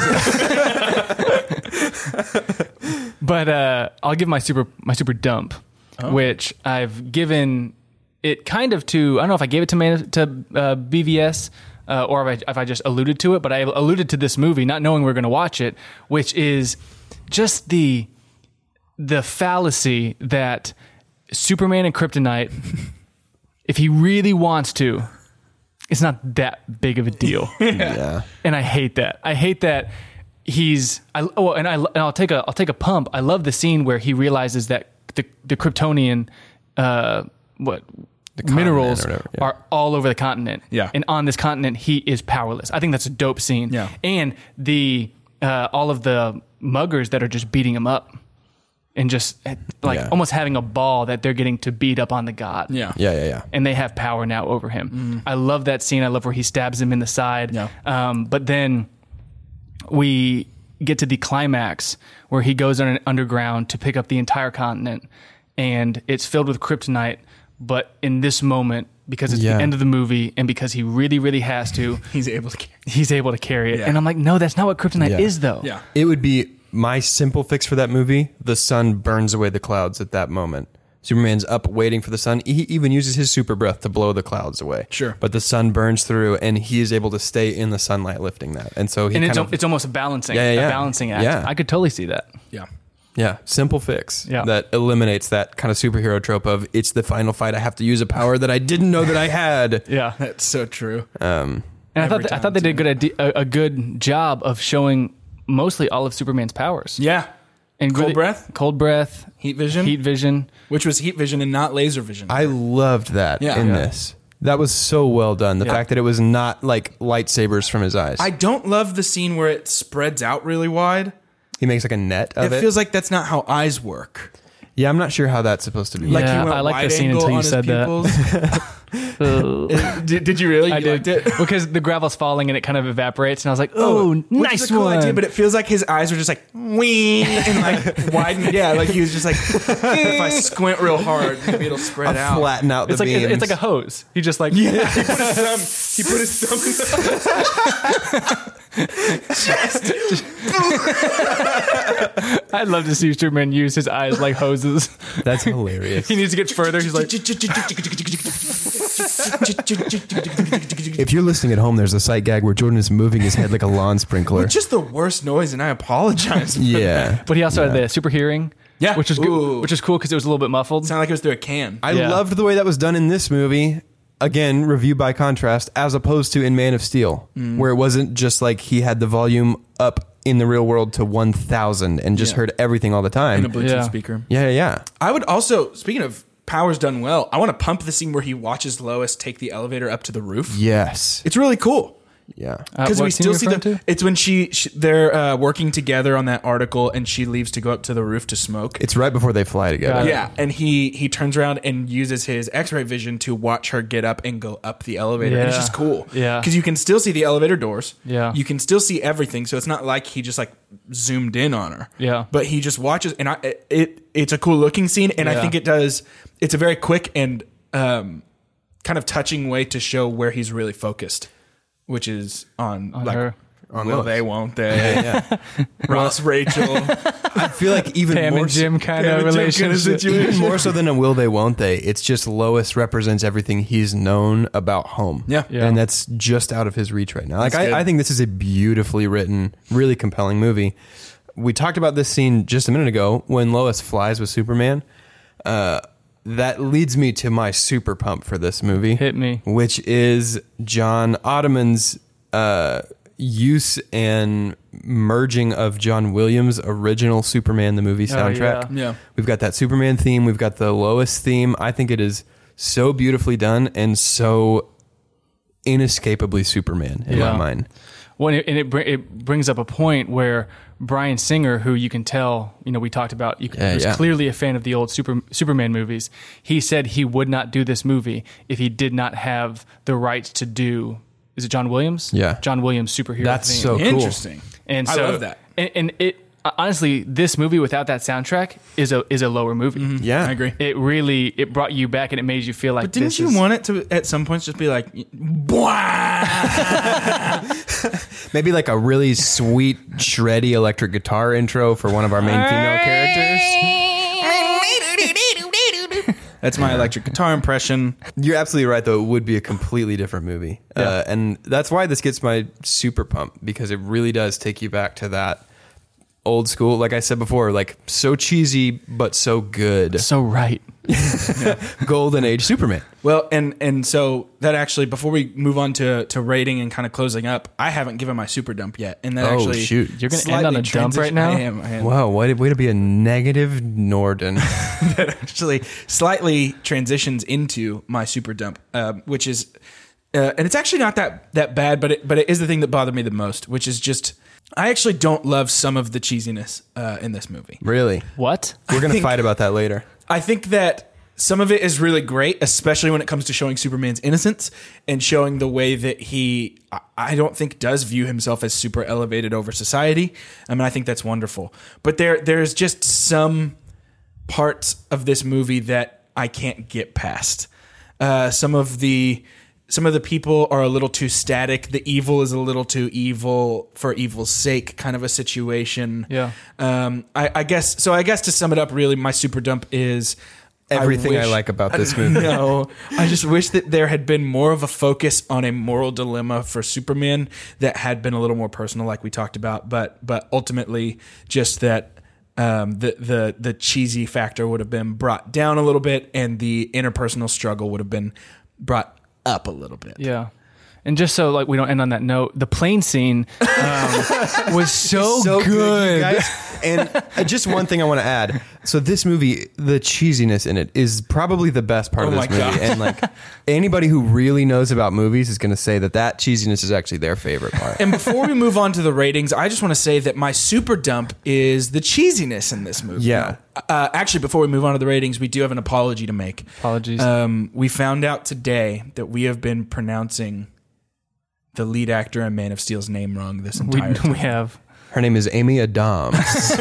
Speaker 4: but uh, I'll give my super my super dump, which I've given it kind of to. I don't know if I gave it to man, to uh, BVS uh, or if I, if I just alluded to it, but I alluded to this movie, not knowing we are going to watch it, which is just the the fallacy that Superman and Kryptonite, if he really wants to, it's not that big of a deal
Speaker 3: Yeah.
Speaker 4: and I hate that. I hate that he's. I oh, and I and I'll take a I'll take a pump. I love the scene where he realizes that the the Kryptonian, uh, what minerals
Speaker 3: continent or whatever, yeah.
Speaker 4: are all over the continent.
Speaker 5: Yeah.
Speaker 4: and on this continent he is powerless. I think that's a dope scene.
Speaker 5: Yeah.
Speaker 4: and the uh, all of the muggers that are just beating him up. And just eh, like
Speaker 3: Yeah.
Speaker 4: almost having a ball that they're getting to beat up on the god
Speaker 5: Yeah.
Speaker 3: Yeah. Yeah. Yeah.
Speaker 4: and they have power now over him. I love that scene. I love where he stabs him in the side.
Speaker 5: Yeah.
Speaker 4: Um, but then we get to the climax where he goes on an underground to pick up the entire continent, and it's filled with kryptonite. But in this moment, because it's
Speaker 3: Yeah.
Speaker 4: the end of the movie, and because he really, really has to,
Speaker 5: He's able to. Carry.
Speaker 4: he's able to carry it.
Speaker 5: Yeah.
Speaker 4: And I'm like, no, that's not what kryptonite
Speaker 3: Yeah.
Speaker 4: is, though.
Speaker 5: Yeah.
Speaker 3: It would be my simple fix for that movie. The sun burns away the clouds at that moment. Superman's up waiting for the sun. He even uses his super breath to blow the clouds away.
Speaker 5: Sure.
Speaker 3: But the sun burns through and he is able to stay in the sunlight lifting that. And so he
Speaker 4: And
Speaker 3: kind
Speaker 4: it's,
Speaker 3: of,
Speaker 4: it's almost a balancing,
Speaker 3: Yeah, yeah,
Speaker 4: a
Speaker 3: yeah.
Speaker 4: balancing act.
Speaker 3: Yeah.
Speaker 4: I could totally see that.
Speaker 5: Yeah.
Speaker 3: Yeah, simple fix
Speaker 4: Yeah.
Speaker 3: that eliminates that kind of superhero trope of it's the final fight. I have to use a power that I didn't know that I had.
Speaker 4: Yeah.
Speaker 5: That's so true.
Speaker 4: And I thought I thought they did a good ide- a, a good job of showing mostly all of Superman's powers.
Speaker 5: Yeah.
Speaker 4: and
Speaker 5: Cold breath?
Speaker 4: cold breath,
Speaker 5: Heat vision.
Speaker 4: heat vision.
Speaker 5: which was heat vision and not laser vision.
Speaker 3: I loved that
Speaker 5: Yeah.
Speaker 3: in
Speaker 5: Yeah.
Speaker 3: this. That was so well done. The fact that it was not like lightsabers from his eyes.
Speaker 5: I don't love the scene where it spreads out really wide.
Speaker 3: he makes like a net of
Speaker 5: It,
Speaker 3: it.
Speaker 5: feels like that's not how eyes work.
Speaker 3: yeah, I'm not sure how that's supposed to be.
Speaker 4: Yeah, I like the scene until you said that.
Speaker 5: that.
Speaker 4: beautiful.
Speaker 5: Uh, did, did you really?
Speaker 4: I
Speaker 5: You
Speaker 4: did
Speaker 5: liked it?
Speaker 4: because the gravel's falling and it kind of evaporates, and I was like, "Oh,
Speaker 5: Which
Speaker 4: nice
Speaker 5: is a cool
Speaker 4: one!"
Speaker 5: idea, but it feels like his eyes were just like wing and like widened. Yeah, like he was just like, if I squint real hard, maybe it'll spread out.
Speaker 3: Flatten out the
Speaker 4: it's like
Speaker 3: beams.
Speaker 4: it's like a hose. He just like yeah.
Speaker 5: He put his thumb. He put his thumb. In the-
Speaker 4: I'd love to see Superman use his eyes like hoses.
Speaker 3: That's hilarious.
Speaker 4: he needs to get further. He's like,
Speaker 3: if you're listening at home, there's a sight gag where Jordan is moving his head like a lawn sprinkler.
Speaker 5: just the worst noise, and I apologize. for that.
Speaker 3: yeah.
Speaker 4: but he also had the super hearing.
Speaker 5: Yeah.
Speaker 4: which is
Speaker 5: Ooh.
Speaker 4: good, which is cool because it was a little bit muffled.
Speaker 5: Sounded like it was through a can.
Speaker 3: I
Speaker 4: Yeah.
Speaker 3: loved the way that was done in this movie. Again, review by contrast, as opposed to in Man of Steel,
Speaker 5: Mm.
Speaker 3: where it wasn't just like he had the volume up in the real world to 1,000 and just
Speaker 5: Yeah.
Speaker 3: heard everything all the time.
Speaker 5: in a Bluetooth
Speaker 4: Yeah.
Speaker 5: speaker.
Speaker 3: yeah, yeah, yeah.
Speaker 5: I would also, speaking of powers done well, I want to pump the scene where he watches Lois take the elevator up to the roof.
Speaker 3: Yes.
Speaker 5: It's really cool.
Speaker 3: Yeah.
Speaker 5: because
Speaker 4: what
Speaker 5: we
Speaker 4: scene
Speaker 5: still
Speaker 4: you
Speaker 5: see the.
Speaker 4: referring to?
Speaker 5: It's when she, she they're uh, working together on that article, and she leaves to go up to the roof to smoke.
Speaker 3: It's right before they fly together.
Speaker 5: yeah, Uh, and he he turns around and uses his X-ray vision to watch her get up and go up the elevator. And it's
Speaker 4: Yeah.
Speaker 5: just cool.
Speaker 4: Yeah.
Speaker 5: because you can still see the elevator doors.
Speaker 4: Yeah.
Speaker 5: you can still see everything. So it's not like he just like zoomed in on her.
Speaker 4: Yeah.
Speaker 5: but he just watches, and I it, it it's a cool looking scene, and I
Speaker 4: Yeah.
Speaker 5: think it does. It's a very quick and um kind of touching way to show where he's really focused, which is on, like.
Speaker 4: her.
Speaker 5: On will they? Won't they? Ross, Rachel,
Speaker 3: I feel like even
Speaker 4: Pam
Speaker 3: more
Speaker 4: and
Speaker 3: so-
Speaker 4: Jim kind of
Speaker 5: Pam and Jim kinda
Speaker 4: relationship.
Speaker 5: situation.
Speaker 3: Even more so than a will they, won't they. It's just Lois represents everything he's known about home.
Speaker 5: Yeah. Yeah.
Speaker 3: And that's just out of his reach right now. Like,
Speaker 5: good.
Speaker 3: I, I think this is a beautifully written, really compelling movie. We talked about this scene just a minute ago when Lois flies with Superman. Uh, that leads me to my super pump for this movie.
Speaker 4: Hit me.
Speaker 3: Which is John Ottoman's uh, use and merging of John Williams' original Superman the movie soundtrack.
Speaker 4: Oh, yeah.
Speaker 5: Yeah.
Speaker 3: We've got that Superman theme. We've got the Lois theme. I think it is so beautifully done and so inescapably Superman in my
Speaker 4: Yeah.
Speaker 3: mind.
Speaker 4: Well, and it, and it, br- it brings up a point where Brian Singer, who you can tell, you know, we talked about, you can,
Speaker 3: Yeah,
Speaker 4: was
Speaker 3: yeah.
Speaker 4: clearly a fan of the old Super, Superman movies. He said he would not do this movie if he did not have the rights to do. Is it John Williams?
Speaker 3: Yeah.
Speaker 4: John Williams superhero.
Speaker 3: That's
Speaker 4: theme.
Speaker 3: so cool.
Speaker 5: interesting.
Speaker 4: And
Speaker 5: Oh, I
Speaker 4: so,
Speaker 5: love that.
Speaker 4: And, and it uh, honestly, this movie without that soundtrack is a is a lower movie.
Speaker 3: Yeah.
Speaker 5: I agree.
Speaker 4: It really it brought you back and it made you feel like.
Speaker 5: Mm-hmm. But didn't
Speaker 4: this
Speaker 5: you
Speaker 4: is-
Speaker 5: want it to at some points just be like, "Bwah!"
Speaker 3: Maybe like a really sweet, shreddy electric guitar intro for one of our main female characters.
Speaker 5: That's my electric guitar impression.
Speaker 3: You're absolutely right, though. It would be a completely different movie. Uh, and that's why this gets my super pump because it really does take you back to that old school, like I said before, like so cheesy, but so good.
Speaker 4: So right.
Speaker 3: Golden Age Superman.
Speaker 5: Well, and and so that actually before we move on to to rating and kind of closing up, I haven't given my super dump yet, and that
Speaker 3: Oh,
Speaker 5: actually
Speaker 3: shoot.
Speaker 4: You're gonna end
Speaker 5: slightly
Speaker 4: on a dump
Speaker 5: transi-
Speaker 4: right now?
Speaker 5: I am. I am.
Speaker 3: Wow, way to, way to be a negative Norden.
Speaker 5: actually slightly transitions into my super dump, um, which is, uh, and it's actually not that that bad, but it, but it is the thing that bothered me the most, which is just I actually don't love some of the cheesiness uh, in this movie.
Speaker 3: really?
Speaker 4: What?
Speaker 3: We're going to
Speaker 5: think-
Speaker 3: fight about that later.
Speaker 5: I think that some of it is really great, especially when it comes to showing Superman's innocence and showing the way that he, I- I don't think, does view himself as super elevated over society. I mean, I think that's wonderful. But there, there's just some parts of this movie that I can't get past. Uh, some of the some of the people are a little too static. The evil is a little too evil for evil's sake, kind of a situation.
Speaker 4: Yeah.
Speaker 5: Um, I, I guess so. I guess to sum it up, really, my super dump is
Speaker 3: Everything I
Speaker 5: wish-
Speaker 3: like about this movie.
Speaker 5: No, I just wish that there had been more of a focus on a moral dilemma for Superman that had been a little more personal, like we talked about. But but ultimately, just that um, the the the cheesy factor would have been brought down a little bit, and the interpersonal struggle would have been brought up a little bit.
Speaker 4: Yeah. And just so like we don't end on that note, the plane scene um, was so,
Speaker 3: so
Speaker 4: good.
Speaker 3: you guys. And uh, just one thing I want to add. So this movie, the cheesiness in it is probably the best part
Speaker 5: Oh
Speaker 3: of
Speaker 5: my
Speaker 3: this movie.
Speaker 5: gosh.
Speaker 3: And like anybody who really knows about movies is going to say that that cheesiness is actually their favorite part.
Speaker 5: And before we move on to the ratings, I just want to say that my super dump is the cheesiness in this movie.
Speaker 3: Yeah.
Speaker 5: Uh, actually, before we move on to the ratings, we do have an apology to make.
Speaker 4: Apologies.
Speaker 5: Um, we found out today that we have been pronouncing the lead actor in Man of Steel's name wrong this
Speaker 4: we,
Speaker 5: entire time.
Speaker 4: we have
Speaker 3: Her name is Amy Adams.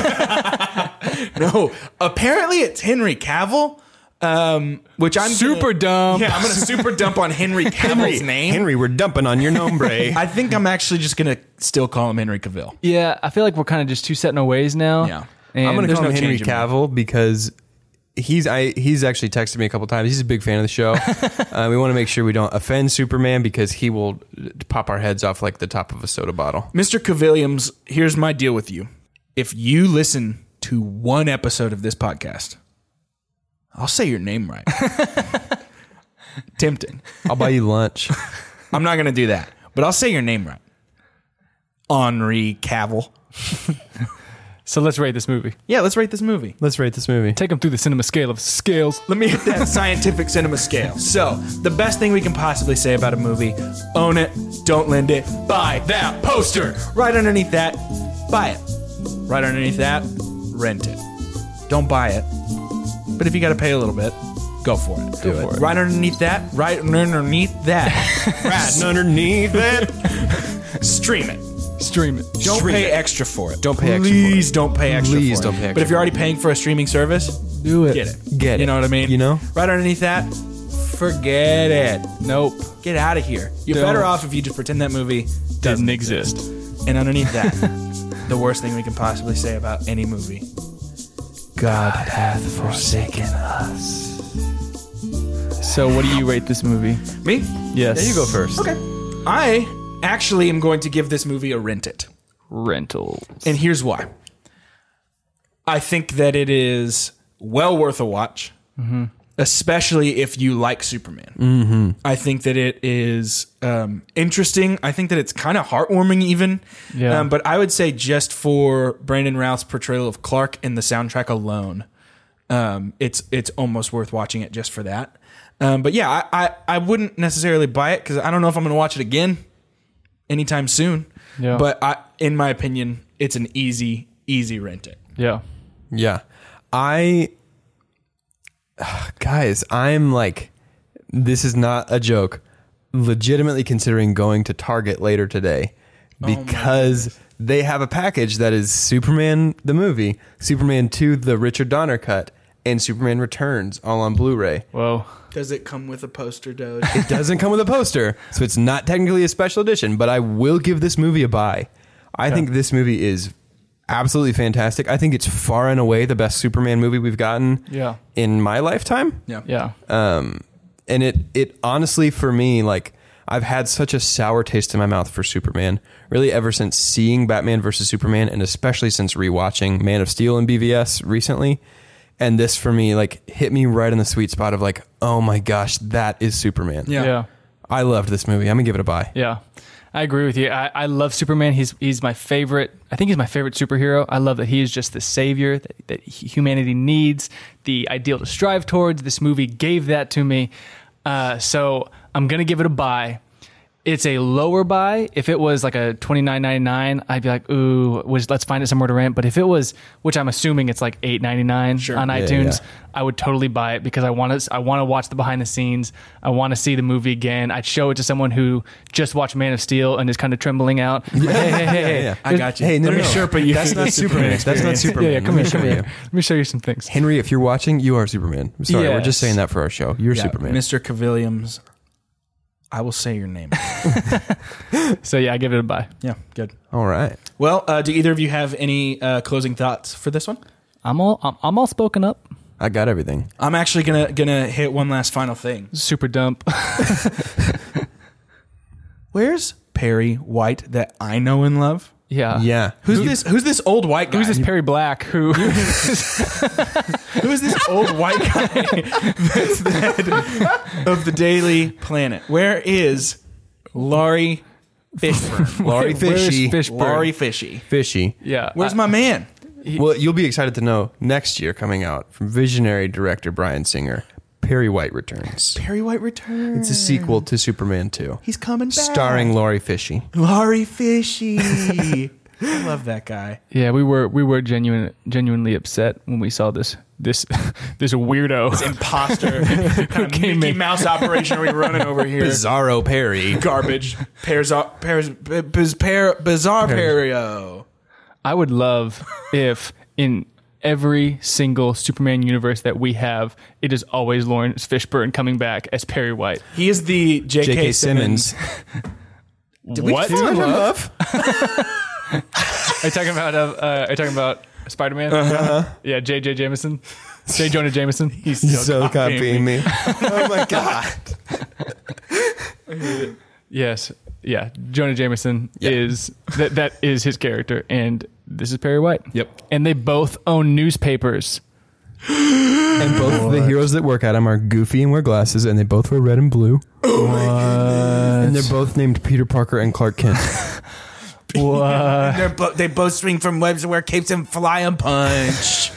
Speaker 5: no, apparently it's Henry Cavill, um, which I'm
Speaker 4: super
Speaker 5: gonna,
Speaker 4: dumb.
Speaker 5: Yeah, I'm gonna super dump on Henry Cavill's name.
Speaker 3: Henry, we're dumping on your nombre.
Speaker 5: I think I'm actually just gonna still call him Henry Cavill.
Speaker 4: Yeah, I feel like we're kind of just two set in our ways now.
Speaker 5: Yeah.
Speaker 4: And
Speaker 3: Oh, I'm going to
Speaker 4: there's
Speaker 3: call
Speaker 4: no
Speaker 3: him Henry
Speaker 4: changing that.
Speaker 3: Cavill because he's I he's actually texted me a couple times. He's a big fan of the show. uh, we want to make sure we don't offend Superman because he will uh, pop our heads off like the top of a soda bottle.
Speaker 5: Mr. Cavilliams, here's my deal with you. If you listen to one episode of this podcast, I'll say your name right. Tempting.
Speaker 3: I'll buy you lunch.
Speaker 5: I'm not going to do that, but I'll say your name right. Henri Cavill.
Speaker 4: So let's rate this movie.
Speaker 5: Yeah, let's rate this movie.
Speaker 3: Let's rate this movie.
Speaker 4: Take them through the cinema scale of scales.
Speaker 5: Let me hit that scientific cinema scale. So, the best thing we can possibly say about a movie own it, don't lend it, buy that poster. Right underneath that, buy it. Right underneath that, rent it. Don't buy it. But if you got to pay a little bit, go for it. Go
Speaker 3: for it.
Speaker 5: Right underneath that, right underneath that, right
Speaker 3: underneath it.
Speaker 5: stream it.
Speaker 4: Stream it.
Speaker 5: Don't
Speaker 3: Stream
Speaker 5: pay
Speaker 3: it.
Speaker 5: extra for it.
Speaker 3: Don't pay extra for it.
Speaker 5: Please don't pay extra
Speaker 3: Please
Speaker 5: for
Speaker 3: don't
Speaker 5: it.
Speaker 3: pay
Speaker 5: But
Speaker 3: extra
Speaker 5: if you're already paying for a streaming service,
Speaker 4: Do it.
Speaker 5: get it.
Speaker 3: Get
Speaker 5: You
Speaker 3: it.
Speaker 5: know what I mean?
Speaker 3: You know?
Speaker 5: Right underneath that, forget it.
Speaker 4: Nope.
Speaker 5: Get out of here. You're
Speaker 4: Don't.
Speaker 5: better off if you just pretend that movie doesn't
Speaker 4: Doesn't exist.
Speaker 5: And underneath that, the worst thing we can possibly say about any movie. God hath forsaken us.
Speaker 4: So what do you rate this movie?
Speaker 5: Me?
Speaker 4: Yes.
Speaker 3: You go first.
Speaker 5: Okay. I actually am going to give this movie a rent it.
Speaker 4: Rentals.
Speaker 5: And here's why. I think that it is well worth a watch, especially if you like Superman. I think that it is um, interesting. I think that it's kind of heartwarming, even.
Speaker 4: Yeah.
Speaker 5: Um, but I would say just for Brandon Routh's portrayal of Clark and the soundtrack alone, um, it's it's almost worth watching it just for that. Um, but yeah, I, I, I wouldn't necessarily buy it because I don't know if I'm going to watch it again anytime soon.
Speaker 4: Yeah.
Speaker 5: But I, in my opinion, it's an easy, easy rent it.
Speaker 4: Yeah.
Speaker 3: Yeah. I guys, I'm like this is not a joke. Legitimately considering going to Target later today because they have a package that is Superman the movie, Superman 2 the Richard Donner cut, and Superman Returns all on Blu-ray.
Speaker 4: Whoa.
Speaker 5: Does it come with a poster, Doge?
Speaker 3: It doesn't come with a poster, so it's not technically a special edition, but I will give this movie a buy. I think this movie is absolutely fantastic. I think it's far and away the best Superman movie we've gotten
Speaker 4: Yeah.
Speaker 3: in my lifetime.
Speaker 5: yeah.
Speaker 4: Yeah.
Speaker 3: Um, and it it honestly for me like I've had such a sour taste in my mouth for Superman really ever since seeing Batman versus Superman and especially since rewatching Man of Steel and BVS recently. And this for me like hit me right in the sweet spot of like oh my gosh that is Superman.
Speaker 5: Yeah.
Speaker 4: yeah.
Speaker 3: I loved this movie. I'm gonna give it a buy.
Speaker 4: Yeah, I agree with you. I, I love Superman. He's he's my favorite. I think he's my favorite superhero. I love that he is just the savior that, that humanity needs, the ideal to strive towards. This movie gave that to me. Uh, so I'm gonna give it a buy. It's a lower buy. If it was like a twenty nine ninety nine, I'd be like, ooh, was, let's find it somewhere to rent. But if it was, which I'm assuming it's like eight ninety nine on iTunes, I would totally buy it because I want to. I want to watch the behind the scenes. I want to see the movie again. I'd show it to someone who just watched Man of Steel and is kind of trembling out. Like, hey, hey, hey, hey.
Speaker 3: yeah.
Speaker 5: I got you.
Speaker 3: Hey, no,
Speaker 5: Let
Speaker 3: no,
Speaker 5: me
Speaker 3: no.
Speaker 5: Sherpa you.
Speaker 3: That's not Superman. That's not Superman.
Speaker 4: Yeah, yeah, come
Speaker 3: Let
Speaker 4: here,
Speaker 3: me
Speaker 4: come
Speaker 3: show
Speaker 4: here.
Speaker 3: you.
Speaker 4: Let me show you some things.
Speaker 3: Henry, if you're watching, you are Superman. I'm Sorry, we're just
Speaker 4: Yes.
Speaker 3: saying that for our show. You're
Speaker 5: Yeah,
Speaker 3: Superman.
Speaker 5: Mr. Cavilliams, I will say your name.
Speaker 4: So yeah, I give it a buy.
Speaker 5: yeah, good.
Speaker 3: All right.
Speaker 5: Well, uh, do either of you have any uh, closing thoughts for this one?
Speaker 4: I'm all I'm, I'm all spoken up.
Speaker 3: I got everything.
Speaker 5: I'm actually gonna gonna hit one last final thing.
Speaker 4: Super dump.
Speaker 5: Where's Perry White that I know and love?
Speaker 4: yeah.
Speaker 3: Yeah.
Speaker 5: Who's this? Who's this old white guy?
Speaker 4: Who's this Perry Black? Who?
Speaker 5: Who's this old white guy that's the head of the Daily Planet? Where is Laurie Fishburne.
Speaker 3: Laurie Fishy.
Speaker 4: Where's Fishburne?
Speaker 5: Laurie Fishy.
Speaker 3: Fishy.
Speaker 4: Yeah.
Speaker 5: Where's
Speaker 4: I-
Speaker 5: my man?
Speaker 3: Well, you'll be excited to know next year coming out from visionary director Brian Singer, Perry White returns.
Speaker 5: Perry White returns.
Speaker 3: It's a sequel to Superman 2.
Speaker 5: He's coming back.
Speaker 3: starring Laurie Fishy.
Speaker 5: Laurie Fishy. I love that guy.
Speaker 4: Yeah, we were we were genuine genuinely upset when we saw this this this weirdo.
Speaker 5: Imposter. kind of
Speaker 4: came
Speaker 5: Mickey
Speaker 4: in.
Speaker 5: Mouse operation are we running over here?
Speaker 3: Bizarro Perry.
Speaker 5: Garbage. Pairs, pairs, biz, pair, bizarre Perio.
Speaker 4: I would love if in every single Superman universe that we have, it is always Lawrence Fishburne coming back as Perry White.
Speaker 5: He is the J.K.
Speaker 3: J.K. Simmons.
Speaker 4: what?
Speaker 3: Fall in
Speaker 4: Are
Speaker 3: love?
Speaker 4: you talking about uh, uh, are you talking about Spider Man? Uh-huh. Yeah, J.J. Jameson, J. Jonah Jameson. He's
Speaker 3: So copying me. oh my god.
Speaker 4: yes, yeah. Jonah Jameson is that that is his character, and this is Perry White.
Speaker 3: Yep.
Speaker 4: And they both own newspapers.
Speaker 3: And both of the heroes that work at him are goofy and wear glasses, and they both wear red and blue. and they're both named Peter Parker and Clark Kent.
Speaker 5: And they're bo- they both swing from webs and wear capes and fly and punch.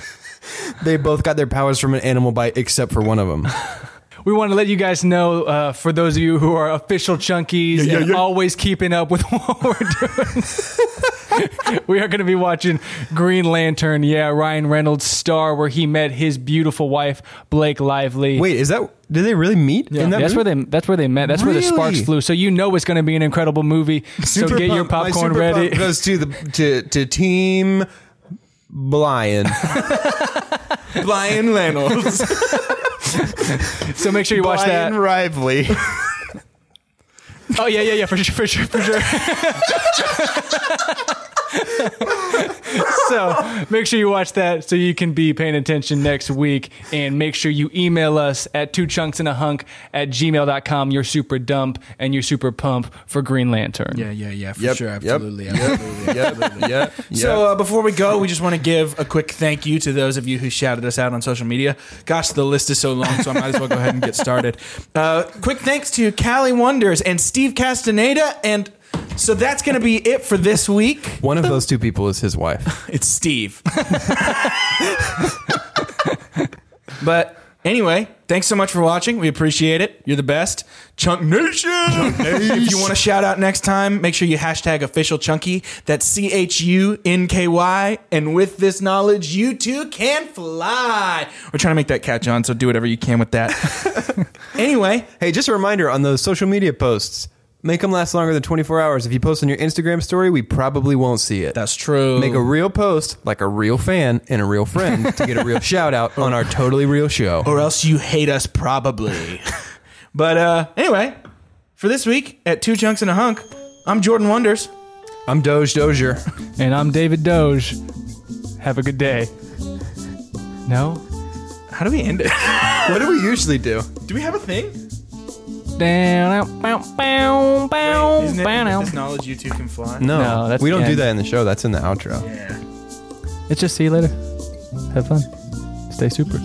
Speaker 3: they both got their powers from an animal bite, except for one of them.
Speaker 4: We want to let you guys know, uh, for those of you who are official chunkies and always keeping up with what we're doing, we are going to be watching Green Lantern. Yeah, Ryan Reynolds' star, where he met his beautiful wife Blake Lively.
Speaker 3: Wait, is that? Did they really meet? in that movie?
Speaker 4: that's where they that's where they met. That's where the sparks
Speaker 3: Really?
Speaker 4: flew. So you know it's going to be an incredible movie. so
Speaker 3: Super
Speaker 4: get your
Speaker 3: pump. My
Speaker 4: popcorn
Speaker 3: super
Speaker 4: ready.
Speaker 3: pump goes to the to to team Blind.
Speaker 5: Brian Reynolds.
Speaker 4: So make sure you watch that.
Speaker 3: Rively.
Speaker 4: Oh yeah, yeah, yeah, for sure, for sure, for sure. so make sure you watch that so you can be paying attention next week and make sure you email us at two chunks and a hunk at gmail.com your super dump and your super pump for green lantern
Speaker 5: Yeah, yeah, yeah, for
Speaker 3: Yep,
Speaker 5: sure.
Speaker 3: yep,
Speaker 5: Absolutely. absolutely.
Speaker 3: yeah, yeah.
Speaker 5: So uh, before we go, we just want to give a quick thank you to those of you who shouted us out on social media. Gosh, the list is so long, so I might as well go ahead and get started. Uh, quick thanks to Callie Wonders and Steve Castaneda, and so that's going to be it for this week.
Speaker 3: one of those two people is his wife.
Speaker 5: It's Steve. but anyway, thanks so much for watching. We appreciate it. You're the best. Chunk Nation! if you want to shout out next time, make sure you hashtag official chunky. That's C H U N K Y. And with this knowledge, you too can fly. We're trying to make that catch on, so do whatever you can with that. anyway,
Speaker 3: Hey, just a reminder on those social media posts. Make them last longer than 24 hours. If you post on your Instagram story, we probably won't see it.
Speaker 5: that's true.
Speaker 3: Make a real post, like a real fan and a real friend, to get a real shout out on our totally real show.
Speaker 5: or else you hate us probably. but uh, anyway, for this week at Two Chunks and a Hunk, I'm Jordan Wonders.
Speaker 3: I'm Doge Dozier.
Speaker 4: and i'm david doge have a good day no
Speaker 5: How do we end it?
Speaker 3: What do we usually do?
Speaker 5: do we have a thing?
Speaker 4: down bow bow bow
Speaker 5: Isn't it
Speaker 4: bow
Speaker 5: this knowledge you two can fly?
Speaker 3: No,
Speaker 4: No, that's
Speaker 3: we don't
Speaker 4: the
Speaker 3: do
Speaker 4: end.
Speaker 3: that in the show. That's in the outro.
Speaker 4: it's just see you later have fun stay super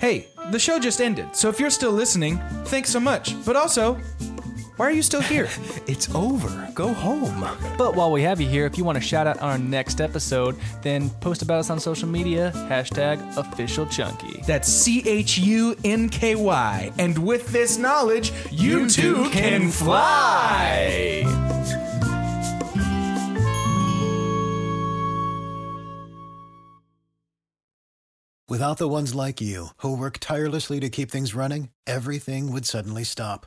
Speaker 5: Hey, the show just ended, so if you're still listening, thanks so much. But also, why are you still here?
Speaker 3: It's over. Go home.
Speaker 4: But while we have you here, if you want to shout out on our next episode, then post about us on social media, hashtag official chunky.
Speaker 5: That's C H U N K Y. And with this knowledge, you, too can fly.
Speaker 6: Without the ones like you, who work tirelessly to keep things running, everything would suddenly stop.